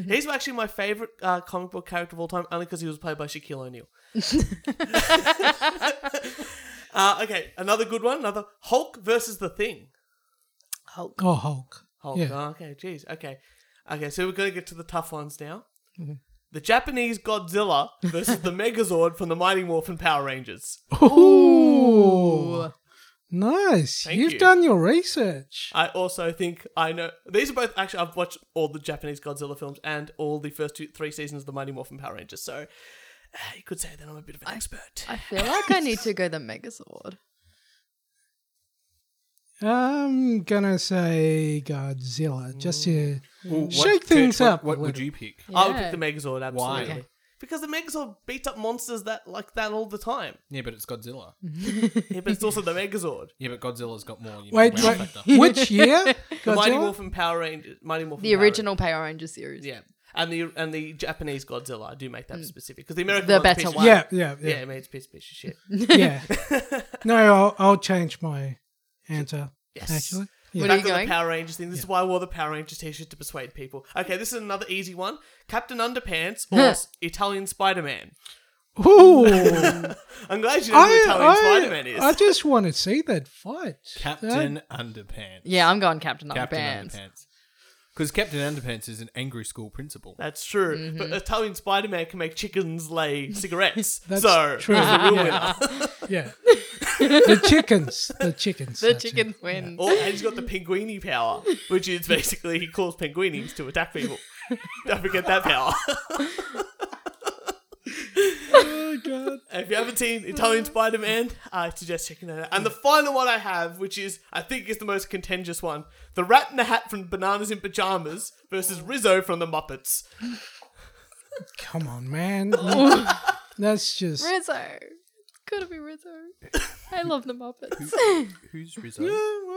[laughs] go. He's actually my favorite uh, comic book character of all time, only because he was played by Shaquille [laughs] O'Neal. [laughs] uh, okay, another good one. Another Hulk versus the Thing. Hulk. Oh, Hulk. Hulk. Yeah. Oh, okay, jeez. Okay, okay. So we're gonna get to the tough ones now. The Japanese Godzilla versus [laughs] the Megazord from the Mighty Morphin Power Rangers. Ooh. Nice. Thank You've you. done your research. I also think I know these are both actually I've watched all the Japanese Godzilla films and all the first two three seasons of the Mighty Morphin Power Rangers. So uh, you could say that I'm a bit of an expert. I feel like I need to go [laughs] the Megazord. I'm gonna say Godzilla just to Well, what- Shake things what- up a What, would little. you pick? I would Yeah. pick the Megazord, absolutely. Okay. Because the Megazord beats up monsters that like that all the [laughs] time. Yeah, but it's Godzilla. Mm. Yeah, but it's also the Megazord. Yeah, but Godzilla's got more. You know, wait. wow wait factor. which year? The Mighty Godzilla? Morphin Power Rangers. Mighty Morphin The Power original Power Ranger series. Rangers. Yeah. And the and the Japanese Godzilla. I do make that specific. Because the American Mm. The one's a better piece of one. Yeah, yeah, shit. Yeah, yeah, I mean, it's a piece, piece of [laughs] shit. yeah. no, I'll, I'll change my answer. Yes. Actually, What are Back you to the going? Power Rangers thing. This is why I wore the Power Rangers t-shirt to persuade people. Okay, this is another easy one. Captain [laughs] Underpants or s- Italian Spider-Man. Ooh, I'm glad you know who Italian Spider-Man I, is. I, I just want to see that fight. Captain [laughs] Underpants. yeah, I'm going Captain Captain Underpants. Underpants. Because Captain Underpants is an angry school principal. That's true. Mm-hmm. But Italian Spider-Man can make chickens [laughs] lay cigarettes. That's so true. he's the real winner. Yeah. Yeah. the chickens. The chickens. The that's it. chickens win. Or and he's got the pinguini power, which is basically he calls pinguinis to attack people. Don't forget that power. [laughs] Oh, God. If you haven't seen Italian Spider Man, I suggest checking that out. And the final one I have, which is, I think, is the most contentious one The Rat in the Hat from Bananas in Pajamas versus Rizzo from The Muppets. Come [laughs] on, man. That's just. Rizzo. Could it be Rizzo? [laughs] I love the Muppets. Who's Rizzo?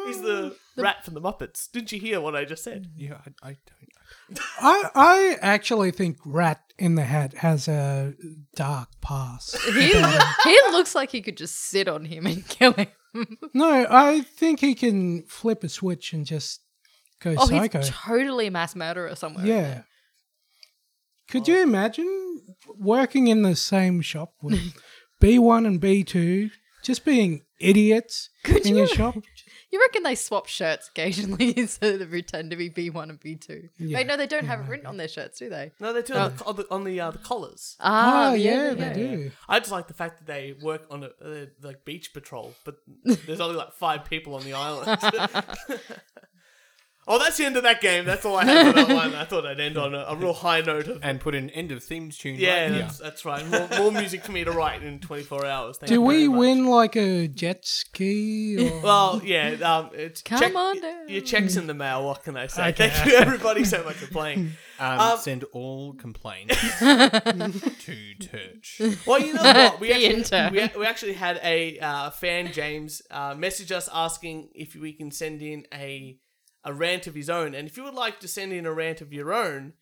He's the, rat from The Muppets. Didn't you hear what I just said? Mm-hmm. Yeah, I, I don't. I, I actually think Rat in the Hat has a dark [laughs] past. he, he looks like he could just sit on him and kill him. No, I think he can flip a switch and just go Oh, psycho. he's totally a mass murderer somewhere. yeah. Could you imagine working in the same shop with B1 and B2 just being idiots Could in you- your shop? You reckon they swap shirts occasionally [laughs] so they pretend to be B1 and B2? Yeah. Wait, no, they don't have it written on their shirts, do they? No, they do it on the, on the, on the, uh, the collars. Ah, oh, yeah, yeah. they do. I just like the fact that they work on a uh, like beach patrol, but there's only like five people on the island. [laughs] oh, that's the end of that game. That's all I had for that one. I thought I'd end on a, a real high note of And put an end of themed tune. Yeah, right That's, that's right. More, more music for me to write in 24 hours. Thank Do you we very much. win like a jet ski? Or... [laughs] [laughs] Well, yeah. Um, it's Come check- on down. Your check's in the mail. What can I say? Okay. Thank you, everybody, so much for playing. here. Um, Um, send all [laughs] complaints to Turch. Well, you know what? We [laughs] The actually, intern. we, we actually had a uh, fan, James, uh, message us asking if we can send in a a rant of his own. And if you would like to send in a rant of your own,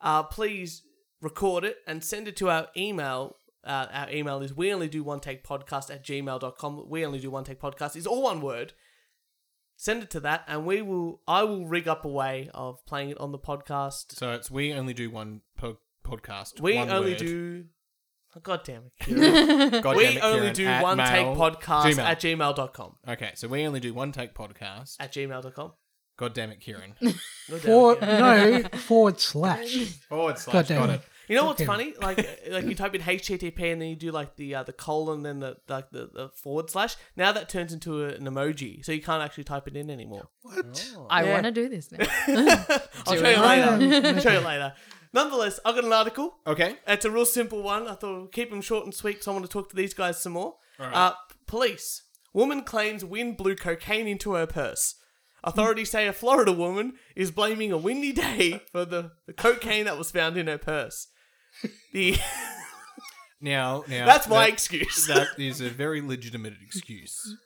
uh, please record it and send it to our email. Uh, our email is we only do one take podcast at gmail.com. We only do one take podcast is all one word. Send it to that, and we will. I will rig up a way of playing it on the podcast. [laughs] So it's we only do one po- podcast. we one only word. do. Oh, God damn [laughs] it! Goddamn we it, only Kieran, do at one take mail- podcast Gmail. at gmail.com. Okay, so we only do one take podcast. At gmail.com. God damn it, Kieran. [laughs] No doubt, Or, yeah. no, forward slash. Forward slash. God damn Oh, got it. it. You know what's Okay. funny? Like, [laughs] like you type in HTTP and then you do like the uh, the colon, then the like the, the forward slash. Now that turns into a, an emoji, so you can't actually type it in anymore. What? I Yeah. want to do this now. [laughs] I'll Do show you it. later. I'll [laughs] show you later. Nonetheless, I've got an article. Okay. It's a real simple one. I thought we'll keep them short and sweet because I want to talk to these guys some more. All right. Uh, police. Woman claims wind blew cocaine into her purse. Authorities say a Florida woman is blaming a windy day for the, the cocaine that was found in her purse. [laughs] The, Now, now that's my that- excuse. that is a very legitimate excuse. [laughs]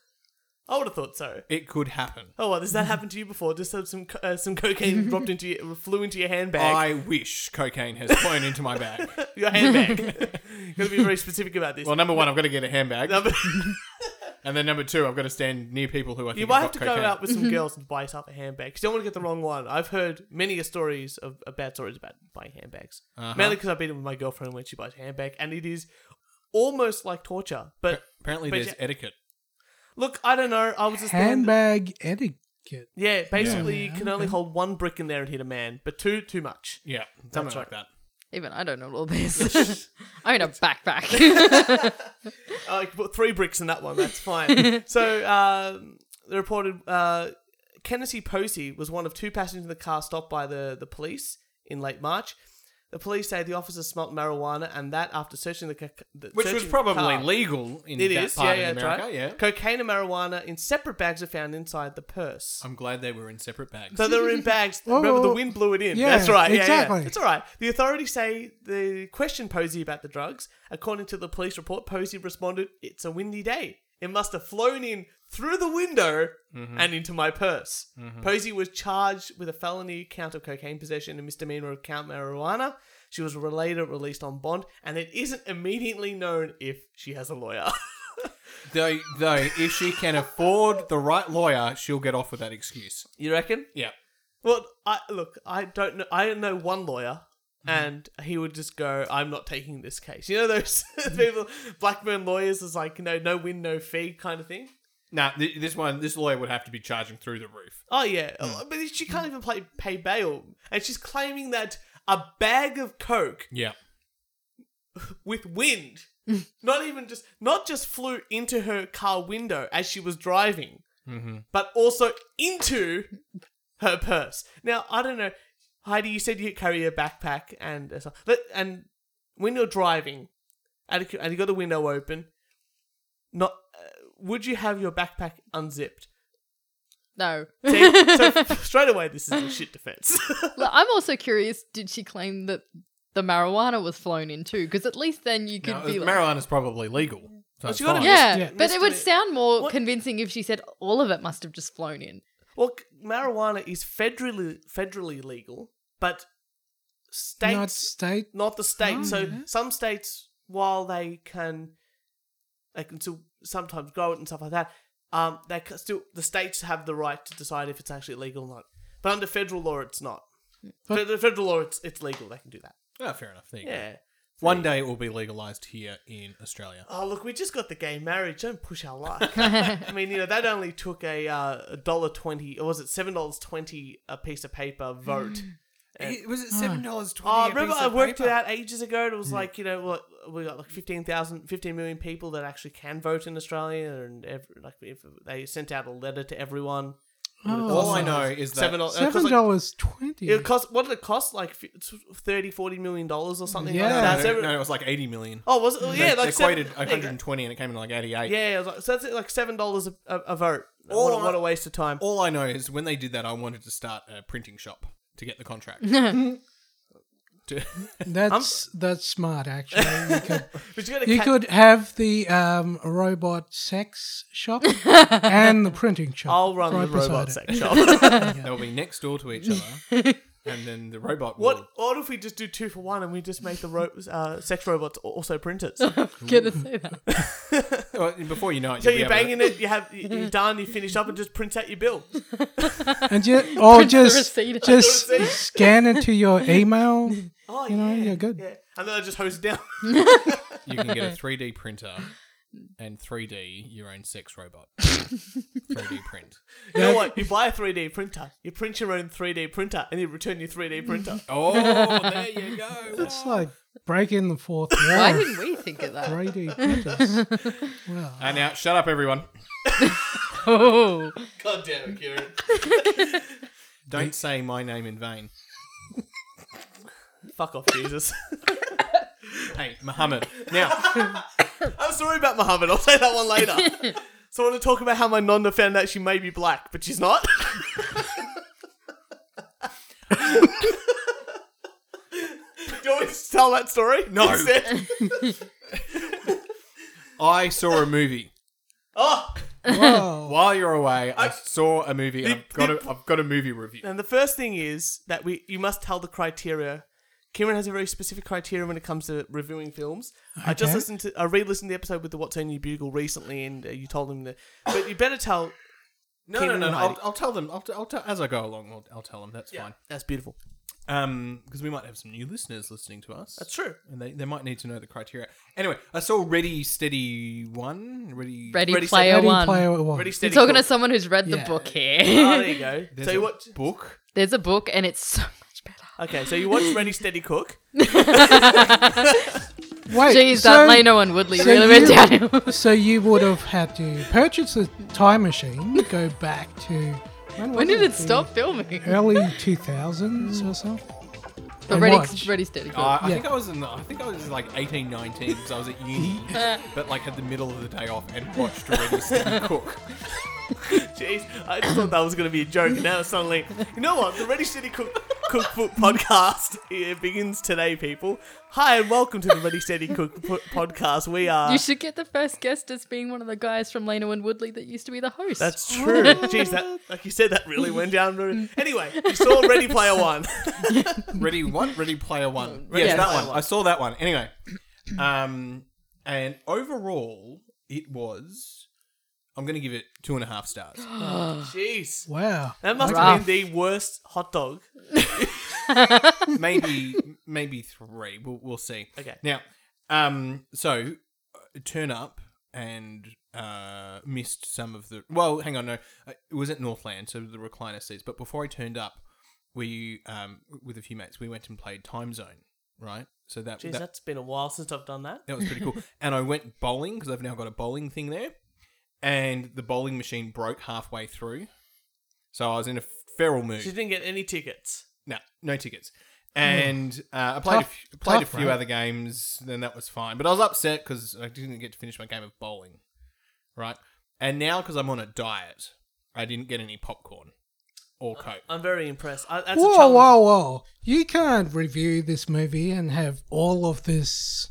I would have thought so. It could happen. Oh well, does that happen to you before? Just have some co- uh, some [laughs] cocaine dropped into your, flew into your handbag. I wish cocaine has flown into my bag. [laughs] Your handbag. [laughs] [laughs] Got to be very specific about this. Well, number one, I've got to get a handbag, Number- and then number two, I've got to stand near people who I think You have might have got to cocaine. go out with Mm-hmm. some girls and buy yourself a handbag. 'cause You don't want to get the wrong one. I've heard many a stories of of bad stories about buying handbags. Uh-huh. Mainly because I've been with my girlfriend when she buys a handbag, and it is almost like torture. But Apparently, But there's yeah. etiquette. look, I don't know. I was just the one that- Handbag etiquette. Yeah, basically, you Yeah, can only okay. hold one brick in there and hit a man, but two, too much. Yeah, something That's like right. that. Even I don't know [laughs] all this. [laughs] I own a backpack. [laughs] I could put three bricks in that one. That's [laughs] fine. so um, the reported uh, Kennedy Posey was one of two passengers in the car stopped by the, the police in late March. The police say the officer smelt marijuana, and that after searching the, ca- the Which was searching the probably car, legal in It that is, yeah, part yeah, of that's America. right. Yeah. Cocaine and marijuana in separate bags are found inside the purse. I'm glad they were in separate bags. So they were in bags. Oh, Remember, the well, wind blew it in. yeah, That's right. Yeah, exactly. yeah. It's all right. The authorities say the question Posey about the drugs. According to the police report, Posey responded, "It's a windy day. It must have flown in through the window and into my purse." Posey was charged with a felony count of cocaine possession and misdemeanor of count marijuana. She was later released on bond, and it isn't immediately known if she has a lawyer. [laughs] Though, though, if she can afford the right lawyer, she'll get off with that excuse. You reckon? Yeah. Well, I look, I don't know. I know one lawyer, and he would just go, "I'm not taking this case." You know those [laughs] people, Blackburn lawyers is like, you know, no win, no fee kind of thing. Now, th- this one, this lawyer would have to be charging through the roof. Oh yeah, but she can't even play, pay bail, and she's claiming that a bag of coke Yeah. with wind, not even just not just flew into her car window as she was driving, but also into her purse. Now I don't know, Heidi. You said you carry a backpack and a so- let- and when you're driving, and you- and you got the window open, not uh, would you have your backpack unzipped? No. [laughs] See, so straight away, this is a shit defense. [laughs] Look, I'm also curious. Did she claim that the marijuana was flown in too? Because at least then you could Now, be like, marijuana's probably legal. So it's you gotta fine. yeah, Yeah. But it would Misdemeanor. sound more What- convincing if she said all of it must have just flown in. well, c- marijuana is federally federally legal, but states Not state. not the state. Oh, so yeah. some states, while they can, they can still sometimes grow it and stuff like that. Um, they ca- still the states have the right to decide if it's actually legal or not. But under federal law, it's not. But- Under federal law, it's it's legal. They can do that. Ah, fair enough. There you go. Yeah. One day it will be legalized here in Australia. Oh luck, we just got the gay marriage. Don't push our [laughs] luck. I mean, you know, that only took a uh, dollar twenty, or was it seven dollars twenty a piece of paper Mm. vote? [sighs] was it seven dollars twenty? Oh, remember I worked it out ages ago. and It was Hmm. like you know what we got like 15,000, 15 million people that actually can vote in Australia, and every, like if they sent out a letter to everyone. Oh. uh, All I know is that Seven dollars. Seven dollars twenty. It cost what did it cost? Like f- 30, 40 million dollars or something. Yeah. like No, that. no, So every- no, it was like eighty million. Oh, was it? yeah, they, like they seven- quoted there you one go. hundred and twenty, and it came in like eighty-eight. Yeah, it was like, so that's it, like seven dollars a, a a vote. All what, a- I- what a waste of time. All I know is when they did that, I wanted to start a printing shop to get [laughs] the contract. To- That's that's smart actually. You could, But you got you to could have the um, robot sex [laughs] shop and the printing shop. I'll run right the robot beside it. sex [laughs] shop. [laughs] They'll be next door [laughs] to each other, and then the robot. what? will- What if we just do two for one and we just make the ro- uh, sex robots al- also printers? Gonna say that. Well, before you know it, So you'll you're be able to- banging it, you have you- [laughs] you're done, you finish up, and just print out your bill. And [laughs] ju- or Print the just [laughs] receipt. just scan it to [laughs] your email. Oh, You know, yeah, you're good. Yeah. And then I just hose it down. [laughs] you can [laughs] get a 3D printer and 3D your own sex [laughs] robot. 3D print. You know what? You buy a 3D printer, you print your own 3D printer, and you return your 3D printer. Oh, there you go. It's like breaking the fourth wall. Why [laughs] didn't we think of that? [laughs] 3D printers. And now, shut up, [laughs] everyone. Oh, [laughs] God damn it, Kieran. Don't say my name in vain. Fuck off, Jesus. [laughs] Hey, [laughs] Muhammad. Now, I'm sorry about Muhammad. I'll say that one [laughs] later. so I want to talk about how my nonna found out she may be black, but she's not. [laughs] Do you want me to tell that story? No. Instead? I saw a movie. Oh, Whoa. While you're away, I saw a movie. And The- I've got a, I've got a movie review. And the first thing is that we you must tell the criteria. Kieran has a very specific criteria when it comes to reviewing films. I just Okay. listened to I re-listened to the episode with the What's on Your Bugle recently, and uh, you told him that. But you better tell. No, no, Keenan no. and no I'll, Heidi. I'll tell them. I'll, t- I'll tell as I go along. I'll, I'll tell them. That's fine. That's beautiful. Um, because we might have some new listeners listening to us. That's true. and they, they might need to know the criteria. Anyway, I saw Ready Steady One. Ready. Ready, Ready, player Ready one. player one. Pretty You're steady. talking cool. to someone who's read Yeah. the book Oh, here. [laughs] there you go. [laughs] There's so you a watch. book. There's a book, and it's so much better. Okay, so you watch Ready Steady Cook. Wait, Jeez, so- that Leno and Woodley so really you- went downhill. [laughs] So you would have had to purchase a time machine, go back to when, when was did it The stop filming? Early two thousands or something. But And ready, watch. ready, steady. Uh, I Yeah. think I was in. The, I think I was like eighteen, nineteen, because I was at [laughs] uni, but like had the middle of the day off and watched Ready [laughs] Steady Cook. [laughs] Jeez, I just thought that was going to be a joke, and now suddenly, you know what? The Ready Steady Cook Cookbook podcast it begins today, people. Hi, and welcome to the Ready Steady Cook po- podcast. We are. you should get the first guest as being one of the guys from Leno and Woodley that used to be the host. That's true. Jeez, that like you said, that really went down. very- Anyway, you saw Ready Player One. Ready what? Ready Player One. Yes, Yes. that one. I saw that one. Anyway, um, and overall, It was. I'm going to give it two and a half stars. Jeez. Wow. That must Rough. have been the worst hot dog. maybe maybe three. We'll we'll see. Okay. Now, um, so uh, turn up and uh missed some of the. Well, hang on, no, uh, it was at Northland, so the recliner seats. But before I turned up, we um with a few mates, we went and played Time Zone. Right, so that Jeez, that, that's been a while since I've done that. that was [laughs] pretty cool. and I went bowling because I've now got a bowling thing there, and the bowling machine broke halfway through, so I was in a feral mood. She didn't get any tickets. No, no tickets. And uh, I played a Hmm. Tough- few, played a tough, few right? other games, then that was fine. But I was upset because I didn't get to finish my game of bowling, right? And now because I'm on a diet, I didn't get any popcorn or coke. I'm very impressed. I, that's a whoa, challenge. whoa, whoa. You can't review this movie and have all of this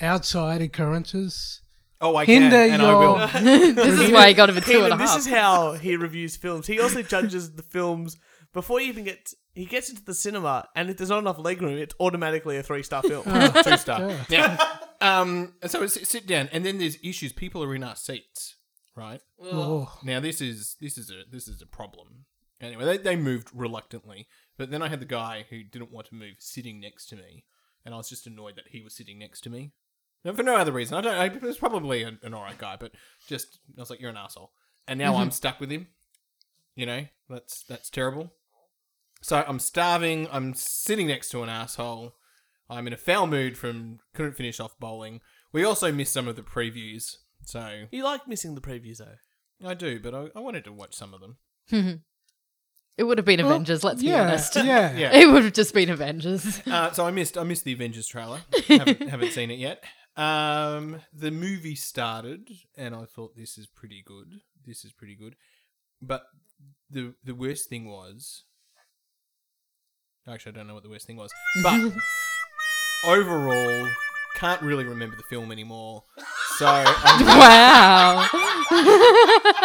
outside occurrences. Oh, I can, Hinder and I will. your- this is why he got him a two and a Keenan, this half. is [laughs] how he reviews films. He also judges the films before you even get. He gets into the cinema, and if there's not enough legroom, it's automatically a three star [laughs] film. [laughs] Uh. Two star. [laughs] Yeah. Um. and So it's sit down, and then there's issues. People are in our seats, right? Oh. Now this is this is a this is a problem. Anyway, they, they moved reluctantly, but then I had the guy who didn't want to move sitting next to me, and I was just annoyed that he was sitting next to me, and for no other reason. I don't. I, it was probably an, an alright guy, but just I was like, "You're an asshole," and now I'm stuck with him. You know, that's that's terrible. So I'm starving. I'm sitting next to an asshole. I'm in a foul mood from couldn't finish off bowling. We also missed some of the previews, so you like missing the previews, though. I do, but I, I wanted to watch some of them. It would have been Avengers, let's yeah, be honest. Yeah. Yeah. [laughs] It would have just been Avengers. [laughs] Uh, so I missed I missed the Avengers [laughs] trailer. haven't, haven't seen it yet. Um, the movie started, and I thought this is pretty good. This is pretty good, but the the worst thing was. Actually, I don't know what the worst thing was, [laughs] but overall, can't really remember the film anymore. [laughs] So, I'm, wow.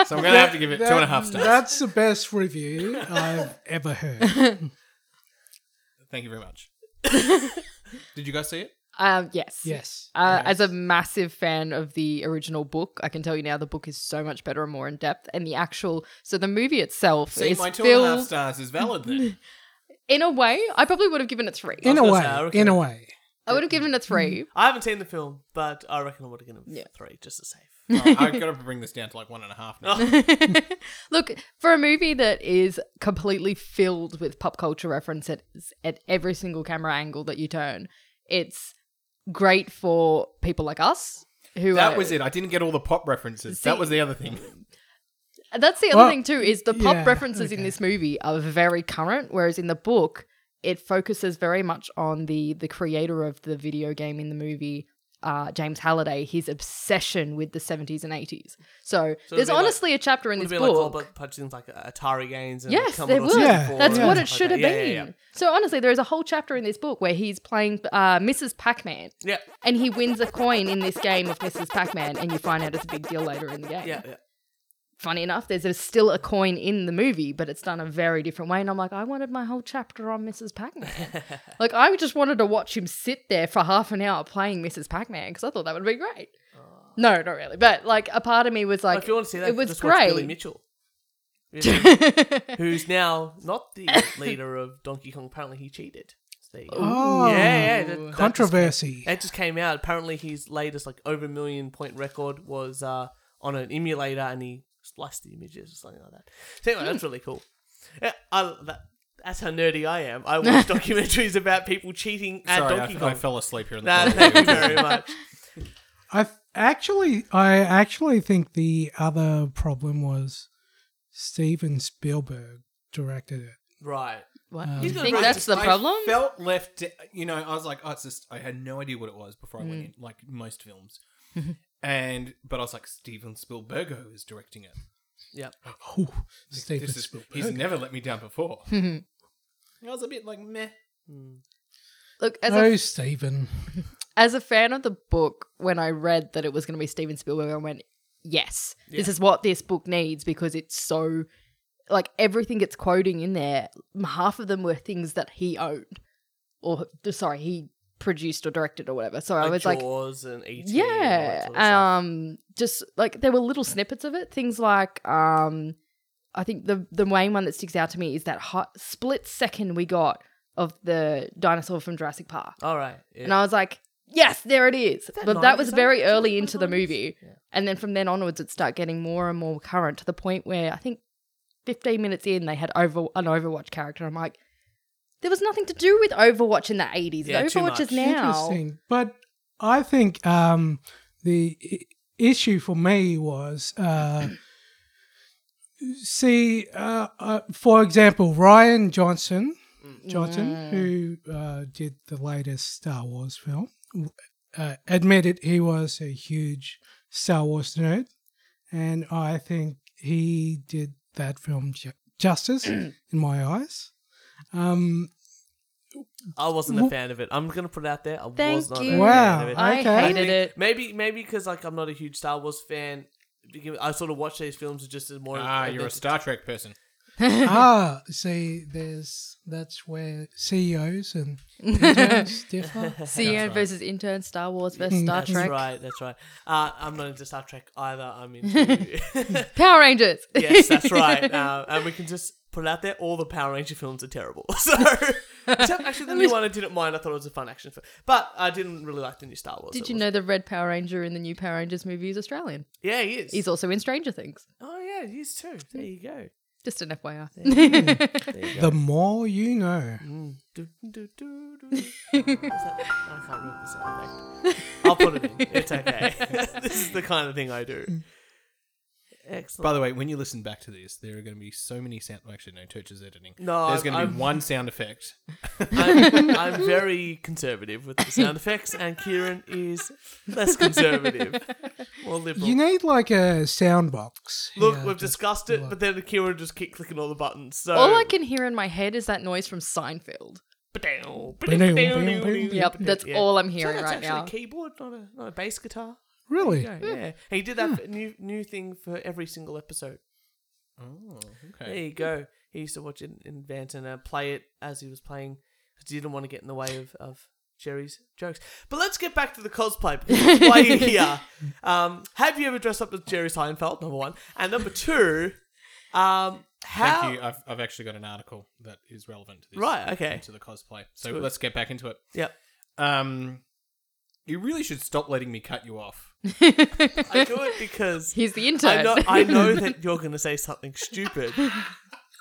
so I'm gonna have to give it two and a That- half stars. That's the best review I've ever heard. Thank you very [laughs] much. Did you guys see it? Um, yes. Yes. Uh, As a massive fan of the original book, I can tell you now the book is so much better and more in depth. And the actual, so the movie itself See, is my two and a half filled stars is valid [laughs] then. in a way. I probably would have given it three. In a gonna way. say, I reckon- in a way. I would have given it three. I haven't seen the film, but I reckon I would have given him three just to save. Alright, I've got to bring this down to like one and a half now. Look, for a movie that is completely filled with pop culture references at every single camera angle that you turn, it's great for people like us who That are- was it. I didn't get all the pop references. that See- was the other thing. That's the other Well, thing too is the pop yeah, references in okay. this movie are very current, whereas in the book it focuses very much on the the creator of the video game in the movie. Uh, James Halliday, his obsession with the 70s and 80s. So, it'd there's be like- honestly a chapter in Would have this been book. like all but punching like uh, Atari games. And Yes, there Commodore would. Yeah, 64 That's and what stuff it like should that. have Yeah, been. Yeah, So honestly, there is a whole chapter in this book where he's playing uh, Mrs. Pac-Man, yeah. and he wins a coin in this game of Mrs. Pac-Man, and you find out it's a big deal later in the game. Yeah, yeah, yeah. Funny enough, there's a, still a coin in the movie, but it's done a very different way. And I'm like, I wanted my whole chapter on [laughs] Mrs. Pac-Man. like I just wanted to watch him sit there for half an hour playing Mrs. Pac-Man because I thought that would be great. No, not really. But like a part of me was like, if you want to see that, it was just watch great. Billy [laughs] Mitchell. Really. Who's now not [laughs] the leader of Donkey Kong? Apparently, he cheated. So there you go. Oh. yeah, yeah. that- that just- Controversy. That just came out. Apparently, his latest like over a million point record was uh, on an emulator, and he sliced the images or something like that. So anyway, Hmm. that's really cool. Yeah, I, that, that's how nerdy I am. I [laughs] watch documentaries about people cheating at Sorry, Donkey I, I Kong. fell asleep here in the Nah, corner. thank you [laughs] [laughs] very much. I th- actually, I actually think the other problem was Steven Spielberg directed it. Right. What? He's you got think right that's to- the problem? I felt left. You know, I was like, oh, it's just. I had no idea what it was before I went in, Mm. like most films. Mm-hmm. and but I was like, Steven Spielberg is directing it. Yep. Oh, Steven This is, Spielberg. he's never let me down [laughs] before. Mm-hmm. I was a bit like meh. Look, as a oh, Steven. as a fan of the book, when I read that it was going to be Steven Spielberg, I went, yes, this is what this book needs because it's so, like, everything it's quoting in there, half of them were things that he owned. Or, sorry, he produced or directed or whatever. So I Like was like, Jaws and E.T. and all that yeah, sort of stuff. um, just like there were little snippets of it. Things like, um, I think the the main one that sticks out to me is that hot split second we got of the dinosaur from Jurassic Park. all right. Yeah. And I was like, yes, there it is. that but that 90s? was That very was like early the into the 90s. movie. Yeah. And then from then onwards, it started getting more and more current to the point where I think 15 minutes in, they had over an Overwatch character. I'm like, there was nothing to do with Overwatch in the 80s. Yeah, too Overwatch is much. now. Interesting. But I think um, the i- issue for me was uh, see, uh, uh, for example, Ryan Johnson, Johnson, who uh, did the latest Star Wars film, w- uh, admitted he was a huge Star Wars nerd, and I think he did that film ju- justice in my eyes. Um, I wasn't a fan of it. I'm gonna put it out there. I was Thank not a you. fan Wow. of it. I Okay. hated it. Maybe maybe because like I'm not a huge Star Wars fan. because I sort of watch these films just as more. Ah, you're a Star Trek person. ah, see, there's that's where CEOs and [laughs] interns differ. CEO E versus intern, Star Wars versus Star That's Trek, right. That's right. Uh, I'm not into Star Trek either. [laughs] I'm into. [laughs] Power Rangers. yes, [laughs] that's right. Uh, and we can just put it out there. All the Power Ranger films are terrible. [laughs] [laughs] So except actually the new one I didn't mind. I thought it was a fun action film, but I didn't really like the new Star Wars. Did It you was- know the Red Power Ranger in the new Power Rangers movie is Australian? Yeah, he is. He's also in Stranger Things. oh yeah, he is too. There you go. Just an FYI. The more you know. Do, do, do, [laughs] do. Is that- I can't remember the sound effect. I'll put it in. It's okay. [laughs] this is the kind of thing I [laughs] do. Excellent. By the way, when you listen back to this, there are going to be so many sound. Actually, no, Church is editing. No, there's I'm- going to be I'm- one sound effect. [laughs] I'm, I'm very conservative with the sound effects, and Kieran is less conservative, more liberal. You need like a sound box. Look, Yeah, we've just- discussed it, look. but then Kieran just keep clicking all the buttons. So [laughs] All I can hear in my head is that noise from Seinfeld. Yep, that's all I'm hearing so that's right actually now. A keyboard, not a not a bass guitar. [laughs] really. Yeah, yeah. He did that for- new new thing for every single episode. Oh, There okay. you go. He used to watch it in advance and uh, play it as he was playing because he didn't want to get in the way of, of Jerry's jokes. But let's get back to the cosplay because that's why you're here. Um, have you ever dressed up as Jerry Seinfeld? Number one, and number two, um, how? Thank you. I've, I've actually got an article that is relevant to this. Right, okay. To the cosplay. So Good. let's get back into it. Yep. Um, you really should stop letting me cut you off. I do it because He's the intern. I know I [laughs] know that you're going to say something stupid.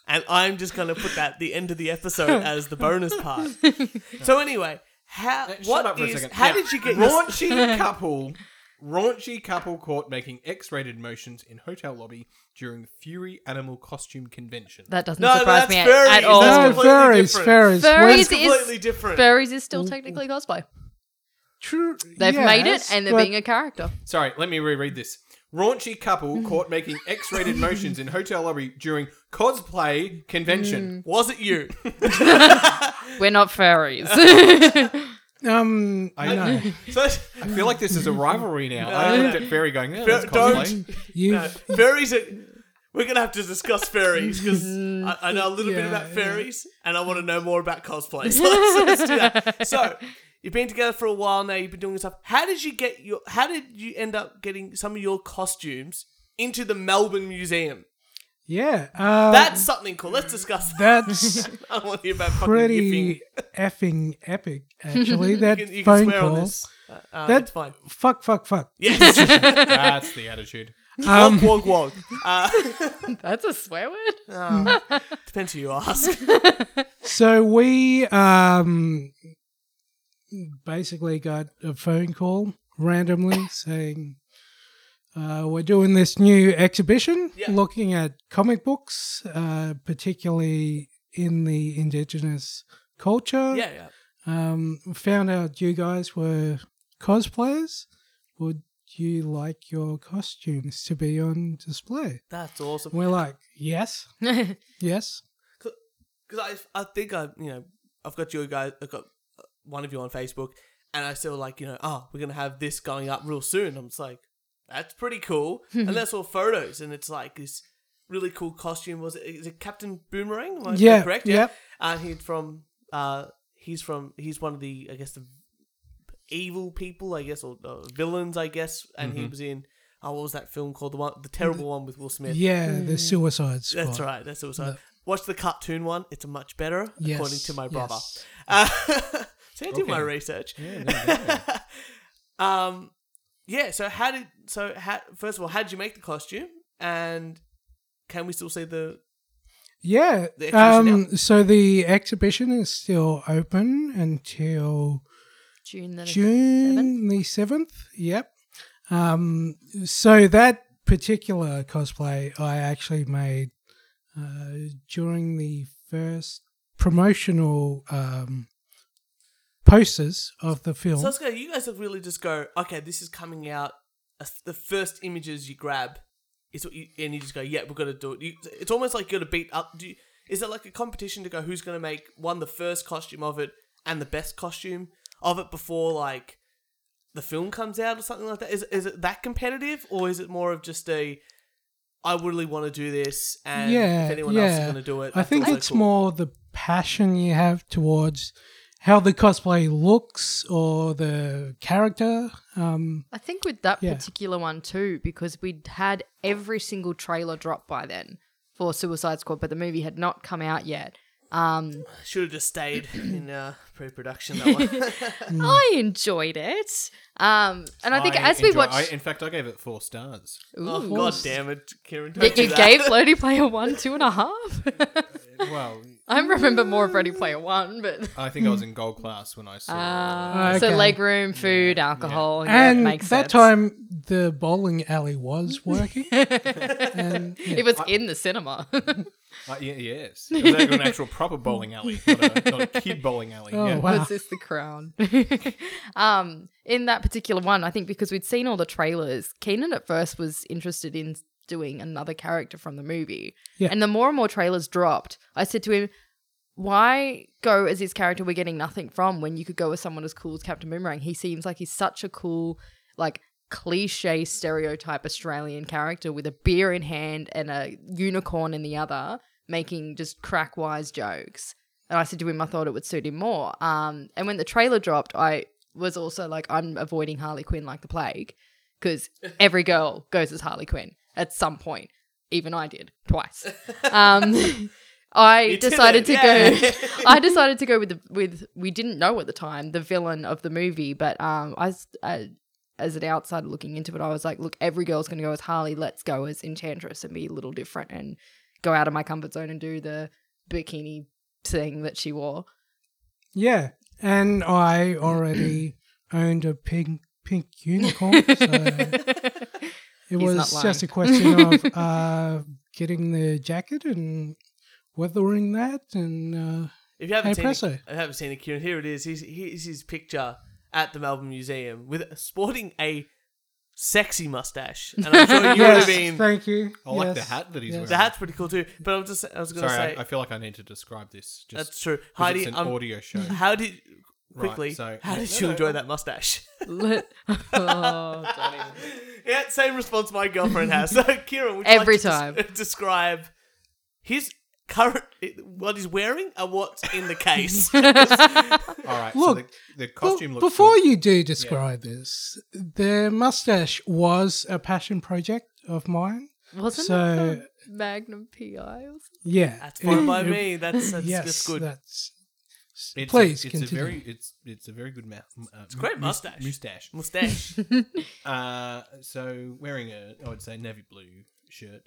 And I'm just going to put that at the end of the episode [laughs] as the bonus part. So anyway, how Uh, shut what up for a is- second. how Now, did you get your- [laughs] raunchy couple? Raunchy couple caught making X-rated motions in hotel lobby during the Fury Animal Costume Convention. [laughs] that doesn't No, surprise that's me furries. at Oh, all. That's no, completely fairies, different. fairies. Furries It's is- completely different. Furries is still technically cosplay. true. They've made it yes, and they're but being a character. Sorry, let me reread this. Raunchy couple caught making X-rated motions in hotel lobby during cosplay convention. Was it [laughs] you? We're not furries. um, I [laughs] no, So I feel like this is a rivalry now. No, I no. looked at Fairy going, yeah, Fer- that's cosplay. [laughs] you've fairies are. We're gonna have to discuss fairies because I, I know a little bit Yeah, about yeah. fairies and I want to know more about [laughs] cosplay. [laughs] So let's, let's do that. So you've been together for a while now. You've been doing stuff. How did you get your? How did you end up getting some of your costumes into the Melbourne Museum? yeah. Uh, That's something cool. Let's discuss that. that's [laughs] I want to hear about fucking yipping. pretty effing [laughs] epic. Actually, that You can, you can phone swear on call. this. Uh, uh, That- it's [laughs] fine. Fuck, fuck, fuck. Yes. That's the attitude. um, wog wog. [laughs] Uh, [laughs] That's a swear word. depends who you ask. [laughs] So we um basically got a phone call [coughs] randomly saying uh, we're doing this new exhibition Yeah. looking at comic books, uh, particularly in the indigenous culture. Yeah, yeah. Um, found out you guys were cosplayers. Would you like your costumes to be on display? That's awesome. We're like, [laughs] yes, yes. because I, I think I you know I've got you guys I've got uh, one of you on Facebook and I still like you know oh we're gonna have this going up real soon I'm just like that's pretty cool [laughs] and that's all photos and it's like this really cool costume was it is it Captain Boomerang Am I Yeah, correct yep. and he's from uh he's from he's one of the I guess the evil people, I guess, or uh, villains, I guess. And he was in oh, what was that film called? The one, the terrible one with Will Smith. Yeah, the Suicide Squad. That's right. That's also uh, watch the cartoon one. It's much better, Yes, according to my brother. yes. Uh, [laughs] so I do my Okay. research. Yeah, no, [laughs] Um, yeah. So how did so how, first of all, how did you make the costume? And can we still see the? Yeah. The exhibition um, so the exhibition is still open until June the June the seventh. Yep. Um, so that particular cosplay I actually made uh, during the first promotional um, posters of the film. So let's go. You guys have really just go. Okay, this is coming out. as The first images you grab is what you and you just go. Yeah, we're gonna do it. You, it's almost like you got to beat up. Do you, is it like a competition to go who's gonna make one the first costume of it and the best costume of it before like the film comes out or something like that? Is is it that competitive or is it more of just a I really want to do this and yeah, if anyone yeah. else is gonna do it? I that's think also it's cool. more the passion you have towards how the cosplay looks or the character. Um, I think with that Yeah. particular one too, because we'd had every single trailer drop by then for Suicide Squad, but the movie had not come out yet. Um, should have just stayed in uh, pre-production [laughs] that one. I enjoyed it, um, and I think as we enjoy- watched, I, in fact, I gave it four stars. Oh Ooh. god damn it, Kieran! You, Don't do you that. gave Ready Player One two and [laughs] a half. Well, I remember more of Ready Player One, but I think I was in gold class when I saw. uh, so Okay. legroom, food, alcohol, yeah, and that makes sense. time, the bowling alley [laughs] was working. and yeah. it was in the cinema. [laughs] Uh, Ah. yeah, yes, it was like an actual proper bowling alley, not a, [laughs] not a kid bowling alley. Oh, yeah. wow. Was this the crown? [laughs] um, in that particular one, I think because we'd seen all the trailers, Keenan at first was interested in doing another character from the movie. Yeah. And the more and more trailers dropped, I said to him, why go as this character we're getting nothing from when you could go as someone as cool as Captain Boomerang? He seems like he's such a cool, like cliche stereotype Australian character with a beer in hand and a unicorn in the other, making just crack wise jokes. And I said to him, I thought it would suit him more. Um, and when the trailer dropped, I was also like, I'm avoiding Harley Quinn like the plague because every girl goes as Harley Quinn at some point. Even I did [laughs] twice. Um, [laughs] I You did decided it, to go. yeah. [laughs] I decided to go with the, with we didn't know at the time the villain of the movie, but um, I, s- I- as an outsider looking into it, I was like, look, every girl's going to go as Harley. Let's go as Enchantress and be a little different and go out of my comfort zone and do the bikini thing that she [laughs] wore. [laughs] Yeah, and I already owned a pink pink unicorn, [laughs] so it not was lying. just a question [laughs] of uh, getting the jacket and weathering that, and uh, If you haven't Hey, seen Presso. it, if you haven't seen it, Kieran, here it is. He's, here's his picture at the Melbourne Museum with sporting a sexy mustache, and I'm sure you would have yes, been. thank you. I like the yes, hat that he's yes. The hat's pretty cool too. But I'm just, I was going Sorry, to say I, I feel like I need to describe this. Just that's true. 'cause Heidi, it's an um, audio show. [laughs] how did Right, quickly? so- how did No, you no, enjoy no. that mustache? [laughs] Let- [laughs] oh. yeah, same response my girlfriend has. [laughs] So, Kieran, would you Every like to des- [laughs] time. describe his current what he's wearing and what's in the case. 'Cause- All right, so Look, the, the Well, costume looks before good. you do describe this, the mustache was a passion project of mine. Wasn't So- it the Magnum PI or something? Yeah, that's fine it- by it- me. That's that's, yes, that's good. That's It's Please a, it's continue. a very it's it's a very good mouth. Uh, it's great mustache. Mustache. Mustache. Uh, so wearing a I would say navy blue [laughs] shirt.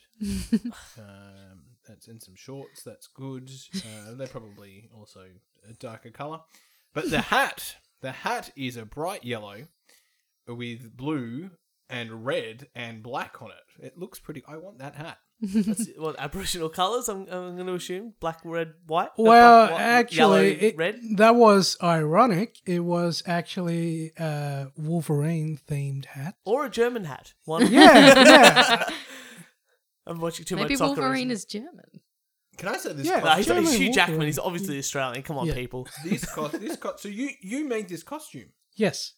um, that's in some shorts. That's good. Uh, they're probably also a darker color, but [laughs] the hat the hat is a bright yellow with blue and red and black on it. It looks pretty. I want that hat. That's well, Aboriginal colours. I'm, I'm going to assume black, red, white. Uh, Well, black, white, yellow, actually, it- red. that was ironic. It was actually a Wolverine themed hat. Or a German hat. One. Yeah, yeah. [laughs] I'm watching too Maybe much soccer. Wolverine recently. is German. Can I say this? Yeah. Nah, he's, German he's Hugh Jackman. Wolverine. He's obviously Australian. Come on, Yeah. [laughs] people. [laughs] [laughs] This cost. This cost. So you you made this costume. yes.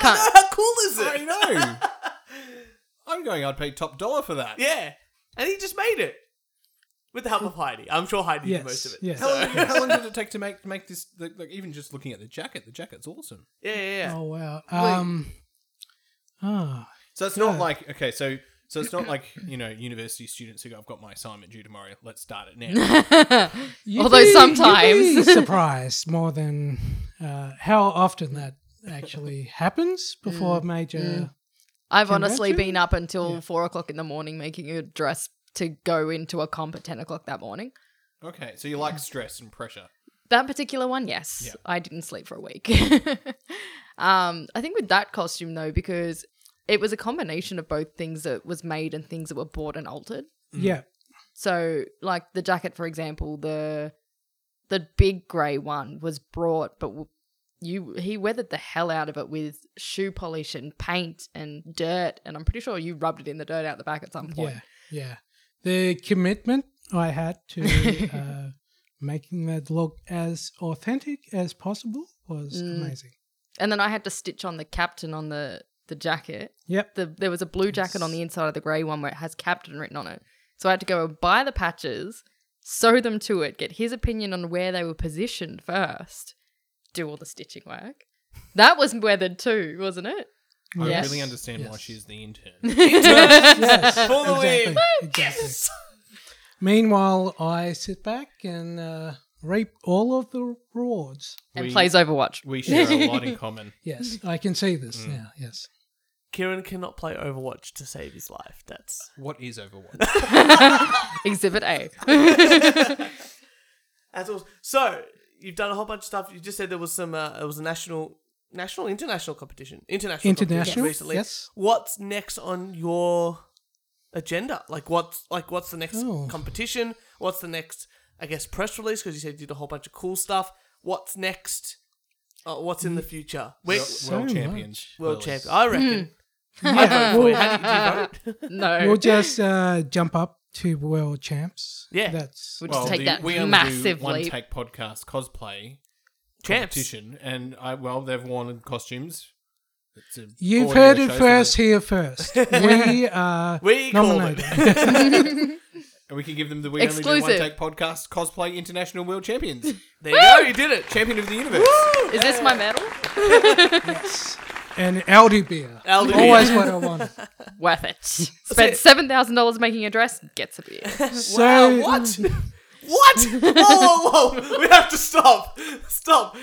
Can't. How cool is I it? [laughs] know. I'm going. I'd pay top dollar for that. Yeah. And he just made it. With the help of Heidi. I'm sure Heidi did most of Yes. it. Yes. How long, how long [laughs] did it take to make make this? Like, like, even just looking at the jacket, the jacket's awesome. Yeah, yeah, yeah. Oh wow. Um. Ah. So it's not like okay, so so [clears throat] it's not like you know university students who go, "I've got my assignment due tomorrow. Let's start it [laughs] now." You'd Although be- you'd sometimes- be surprised more than uh, how often that actually [laughs] happens Mm. before a major. I've honestly Convention? been up until four o'clock in the morning making a dress to go into a comp at 10 o'clock that morning. okay, so you like stress and pressure. That particular one, yes. Yeah. I didn't sleep for a week. [laughs] um, I think with that costume, though, because it was a combination of both things that was made and things that were bought and altered. Yeah. So, like the jacket, for example, the the big grey one was brought, but w- you he weathered the hell out of it with shoe polish and paint and dirt, and I'm pretty sure you rubbed it in the dirt out the back at some point. Yeah. Yeah. The commitment I had to uh, making that look as authentic as possible was amazing. And then I had to stitch on the captain on the the jacket. Yep. [laughs] The, there was a blue jacket on the inside of the grey one where it has captain written on it. So I had to go and buy the patches, sew them to it, get his opinion on where they were positioned first, do all the stitching work. That was weathered too, wasn't it? I Yes. really understand why Yes. she's the intern. yes. For the win. exactly. exactly. Meanwhile, I sit back and uh, reap all of the rewards. And We- plays Overwatch. We share a lot in common. Yes, I can see this now. Yes. Kieran cannot play Overwatch to save his life. That's What is Overwatch? [laughs] Exhibit A. that's awesome. So you've done a whole bunch of stuff. You just said there was some. Uh, it was a national, national, international competition. International, competition International, recently. yes. What's next on your agenda? Like what's like what's the next Oh. competition? What's the next? I guess press release because you said you did a whole bunch of cool stuff. What's next? Uh, what's in the future? Wait, World, So world much. champions. world Well, champion. I reckon. Yeah, [laughs] Wait, we'll, how do you- do you vote? No. we'll just uh, jump up to world champs. Yeah. That's We'll just take the- that we only massive do one leap. take podcast cosplay Champs. competition, and I well they've worn costumes. It's a You've audio heard show, it so first here first. We are We call it. nominated. the- We can give them the we only Exclusive. do one take podcast cosplay international world [laughs] champions, There you go. You did it. champion of the universe. Is this my medal? Yes. And Aldi beer. Aldi Always beer. what [laughs] I want. Worth it. Spent seven thousand dollars making a dress, gets a beer. So Wow, [laughs] what? what? Whoa, whoa, [laughs] whoa. We have to stop. Stop.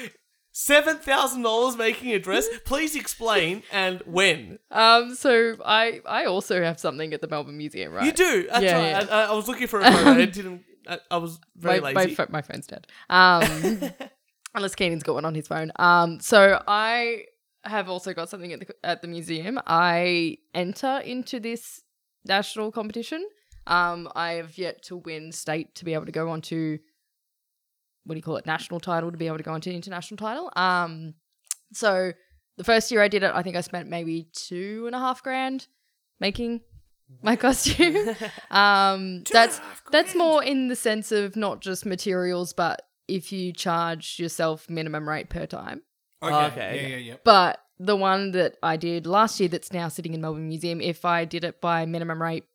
$7,000 making a dress? Please explain and when. Um, so I I also have something at the Melbourne Museum, right? You do. That's Yeah, right. yeah. Um, I, I was looking for a photo. I didn't. I, I was very my, lazy. My, pho- my phone's dead. [laughs] Um, unless Keenan's got one on his phone. Um, so I have also got something at the at the museum. I enter into this national competition. Um, I have yet to win state to be able to go on to what do you call it national title to be able to go on to international title. Um, so the first year I did it, I think I spent maybe two and a half grand making my [laughs] costume. um, that's that's more in the sense of not just materials, but if you charge yourself minimum rate per time. Oh, Okay, Okay, yeah, okay. yeah, yeah. But the one that I did last year, that's now sitting in Melbourne Museum, if I did it by minimum rate